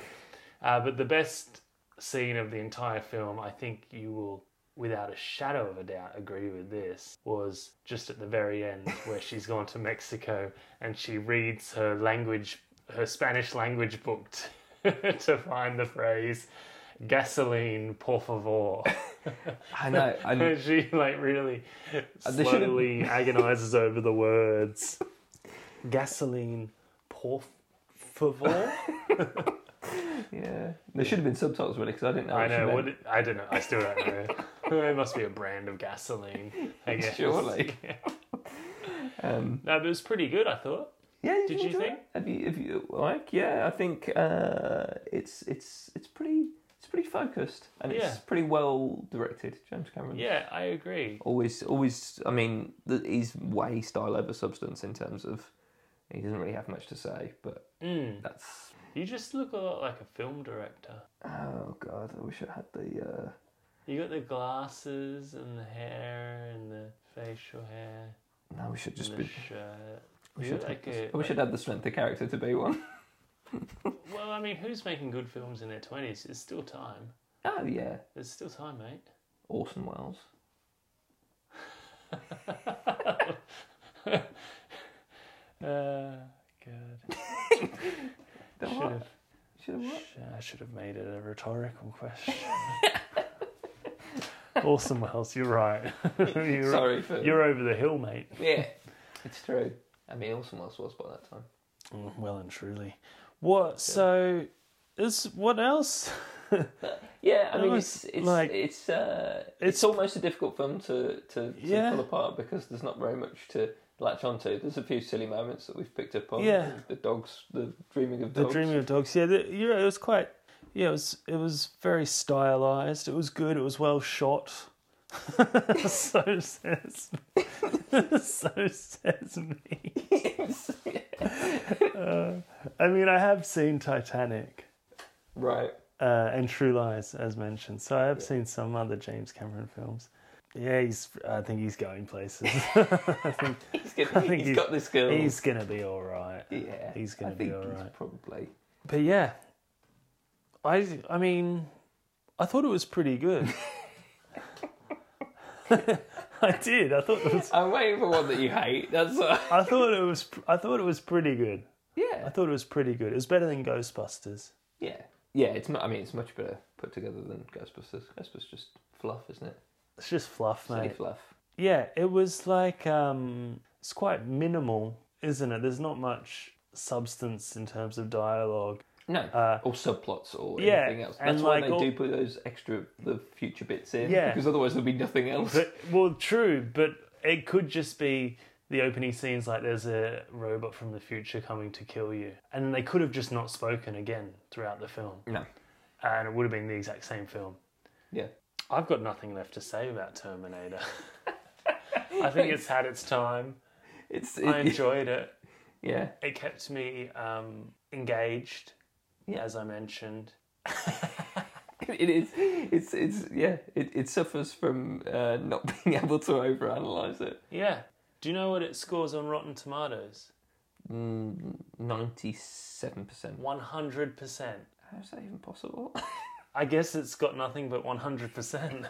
Speaker 1: Uh, but the best scene of the entire film, I think you will, without a shadow of a doubt, agree with this, was just at the very end where she's gone to Mexico and she reads her language, her Spanish language book t- to find the phrase gasoline, por favor.
Speaker 2: I know. I,
Speaker 1: And she like really
Speaker 2: Uh, they should've-
Speaker 1: slowly agonizes over the words. Gasoline, por favor.
Speaker 2: yeah. There should have been subtitles really because I didn't know.
Speaker 1: I
Speaker 2: what she
Speaker 1: know.
Speaker 2: meant.
Speaker 1: What it- I don't know. I still don't know. there must be a brand of gasoline. I guess.
Speaker 2: Surely.
Speaker 1: Yeah.
Speaker 2: Um,
Speaker 1: No, but it was pretty good. I thought.
Speaker 2: yeah. You
Speaker 1: Did
Speaker 2: should
Speaker 1: you
Speaker 2: enjoy it.
Speaker 1: think?
Speaker 2: Have you? Have you? Like, yeah. I think uh, it's it's it's pretty it's pretty focused and it's
Speaker 1: Yeah.
Speaker 2: pretty well directed. James Cameron.
Speaker 1: Yeah, I agree.
Speaker 2: Always, always. I mean, th- he's way style over substance in terms of he doesn't really have much to say, but that's.
Speaker 1: Hmm. You just look a lot like a film director.
Speaker 2: Oh God, I wish I had the. Uh,
Speaker 1: You got the glasses and the hair and the facial hair
Speaker 2: no, we should just
Speaker 1: and
Speaker 2: be.
Speaker 1: the shirt.
Speaker 2: We
Speaker 1: You
Speaker 2: should
Speaker 1: look
Speaker 2: have
Speaker 1: like uh,
Speaker 2: the-
Speaker 1: a,
Speaker 2: I wish I'd had the strength of character to be one.
Speaker 1: well, I mean, who's making good films in their twenties? It's still time.
Speaker 2: Oh yeah,
Speaker 1: There's still time, mate.
Speaker 2: Orson Welles.
Speaker 1: Uh, God.
Speaker 2: Don't
Speaker 1: Should
Speaker 2: what?
Speaker 1: have.
Speaker 2: Should have what?
Speaker 1: Uh, I should have made it a rhetorical question. awesome, Wells. You're right. you're,
Speaker 2: Sorry for.
Speaker 1: You're over the hill, mate.
Speaker 2: Yeah, it's true. I mean, Orson Welles was by that time.
Speaker 1: Mm, Well and truly. What? So, is what else?
Speaker 2: Yeah, I
Speaker 1: That
Speaker 2: mean,
Speaker 1: was,
Speaker 2: it's it's
Speaker 1: like-
Speaker 2: it's, uh, it's
Speaker 1: it's-
Speaker 2: almost a difficult film to to, to
Speaker 1: Yeah.
Speaker 2: pull apart because there's not very much to latch onto. There's a few silly moments that we've picked up on.
Speaker 1: Yeah.
Speaker 2: the dogs, the dreaming of
Speaker 1: The
Speaker 2: dogs.
Speaker 1: Dreaming of Dogs. Yeah, the, you know, it was quite. Yeah, it was. It was very stylized. It was good. It was well shot. so says. so says me. Uh, I mean, I have seen Titanic
Speaker 2: right.
Speaker 1: uh, and True Lies, as mentioned. So I have seen some other James Cameron films. Yeah, he's. I think he's going places.
Speaker 2: He's, gonna,
Speaker 1: think
Speaker 2: he's
Speaker 1: he's-
Speaker 2: got the skills.
Speaker 1: he's gonna be all right.
Speaker 2: yeah,
Speaker 1: he's gonna
Speaker 2: I
Speaker 1: be
Speaker 2: think
Speaker 1: all
Speaker 2: He's
Speaker 1: right.
Speaker 2: probably.
Speaker 1: But yeah, I I mean, I thought it was pretty good. I did. I thought it was.
Speaker 2: I'm waiting for one that you hate. That's uh,
Speaker 1: I thought it was. I thought it was pretty good. I
Speaker 2: yeah,
Speaker 1: thought it was pretty good. It was better than Ghostbusters.
Speaker 2: yeah, yeah. It's mu- I mean, it's much better put together than Ghostbusters. Ghostbusters just fluff, isn't it?
Speaker 1: It's just fluff,
Speaker 2: Silly
Speaker 1: mate.
Speaker 2: fluff.
Speaker 1: Yeah, it was like um, it's quite minimal, isn't it? There's not much substance in terms of dialogue.
Speaker 2: No, or subplots or
Speaker 1: Uh, yeah,
Speaker 2: anything else.
Speaker 1: and
Speaker 2: That's why
Speaker 1: like
Speaker 2: they
Speaker 1: all-
Speaker 2: do put those extra the future bits in.
Speaker 1: Yeah.
Speaker 2: because otherwise there'll be nothing else.
Speaker 1: But well, true, but it could just be the opening scenes like there's a robot from the future coming to kill you, and they could have just not spoken again throughout the film,
Speaker 2: no,
Speaker 1: and it would have been the exact same film.
Speaker 2: yeah,
Speaker 1: I've got nothing left to say about Terminator. I think it's had its time.
Speaker 2: it's it,
Speaker 1: I enjoyed it.
Speaker 2: yeah.
Speaker 1: It kept me um, engaged,
Speaker 2: Yeah.
Speaker 1: as I mentioned.
Speaker 2: It is. It's it's yeah. It it suffers from uh, not being able to overanalyze it.
Speaker 1: Yeah. Do you know what it scores on Rotten Tomatoes?
Speaker 2: Ninety-seven percent.
Speaker 1: One hundred percent.
Speaker 2: How's that even possible?
Speaker 1: I guess it's got nothing but 100%.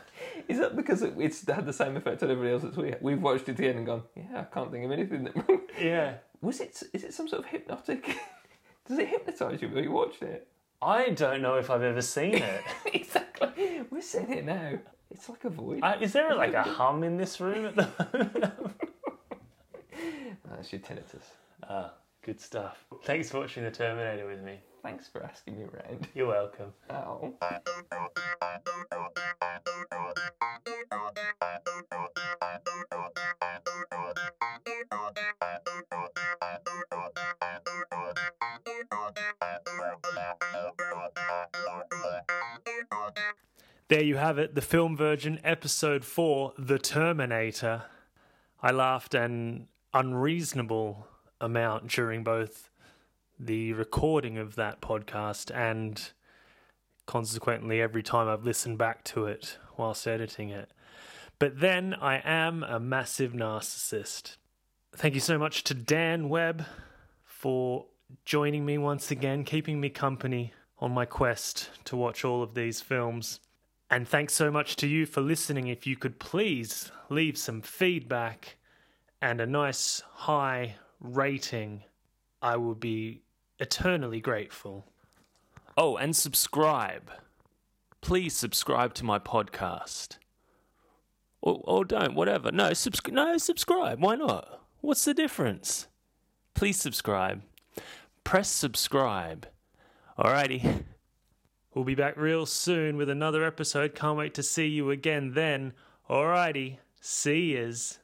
Speaker 2: is that because it, it's had the same effect on everybody else as we? We've watched it again and gone. Yeah, I can't think of anything that
Speaker 1: yeah.
Speaker 2: was it. Is it some sort of hypnotic? Does it hypnotize you when you watched it?
Speaker 1: I don't know if I've ever seen it.
Speaker 2: exactly. We're sitting here now. It's like a void.
Speaker 1: I, is there like a hum in this room at the moment?
Speaker 2: That's your tinnitus.
Speaker 1: ah, good stuff. Thanks for watching The Terminator with me.
Speaker 2: Thanks for asking me around.
Speaker 1: You're welcome.
Speaker 2: Ow.
Speaker 6: There you have it, the film version, episode four, The Terminator. I laughed an unreasonable amount during both the recording of that podcast and consequently every time I've listened back to it whilst editing it. But then I am a massive narcissist. Thank you so much to Dan Webb for joining me once again, keeping me company on my quest to watch all of these films. And thanks so much to you for listening. If you could please leave some feedback and a nice high rating, I would be eternally grateful. Oh, and subscribe. Please subscribe to my podcast. Or, or don't, whatever. No, subs- no, subscribe. Why not? What's the difference? Please subscribe. Press subscribe. Alrighty. We'll be back real soon with another episode. Can't wait to see you again then. Alrighty. See yous.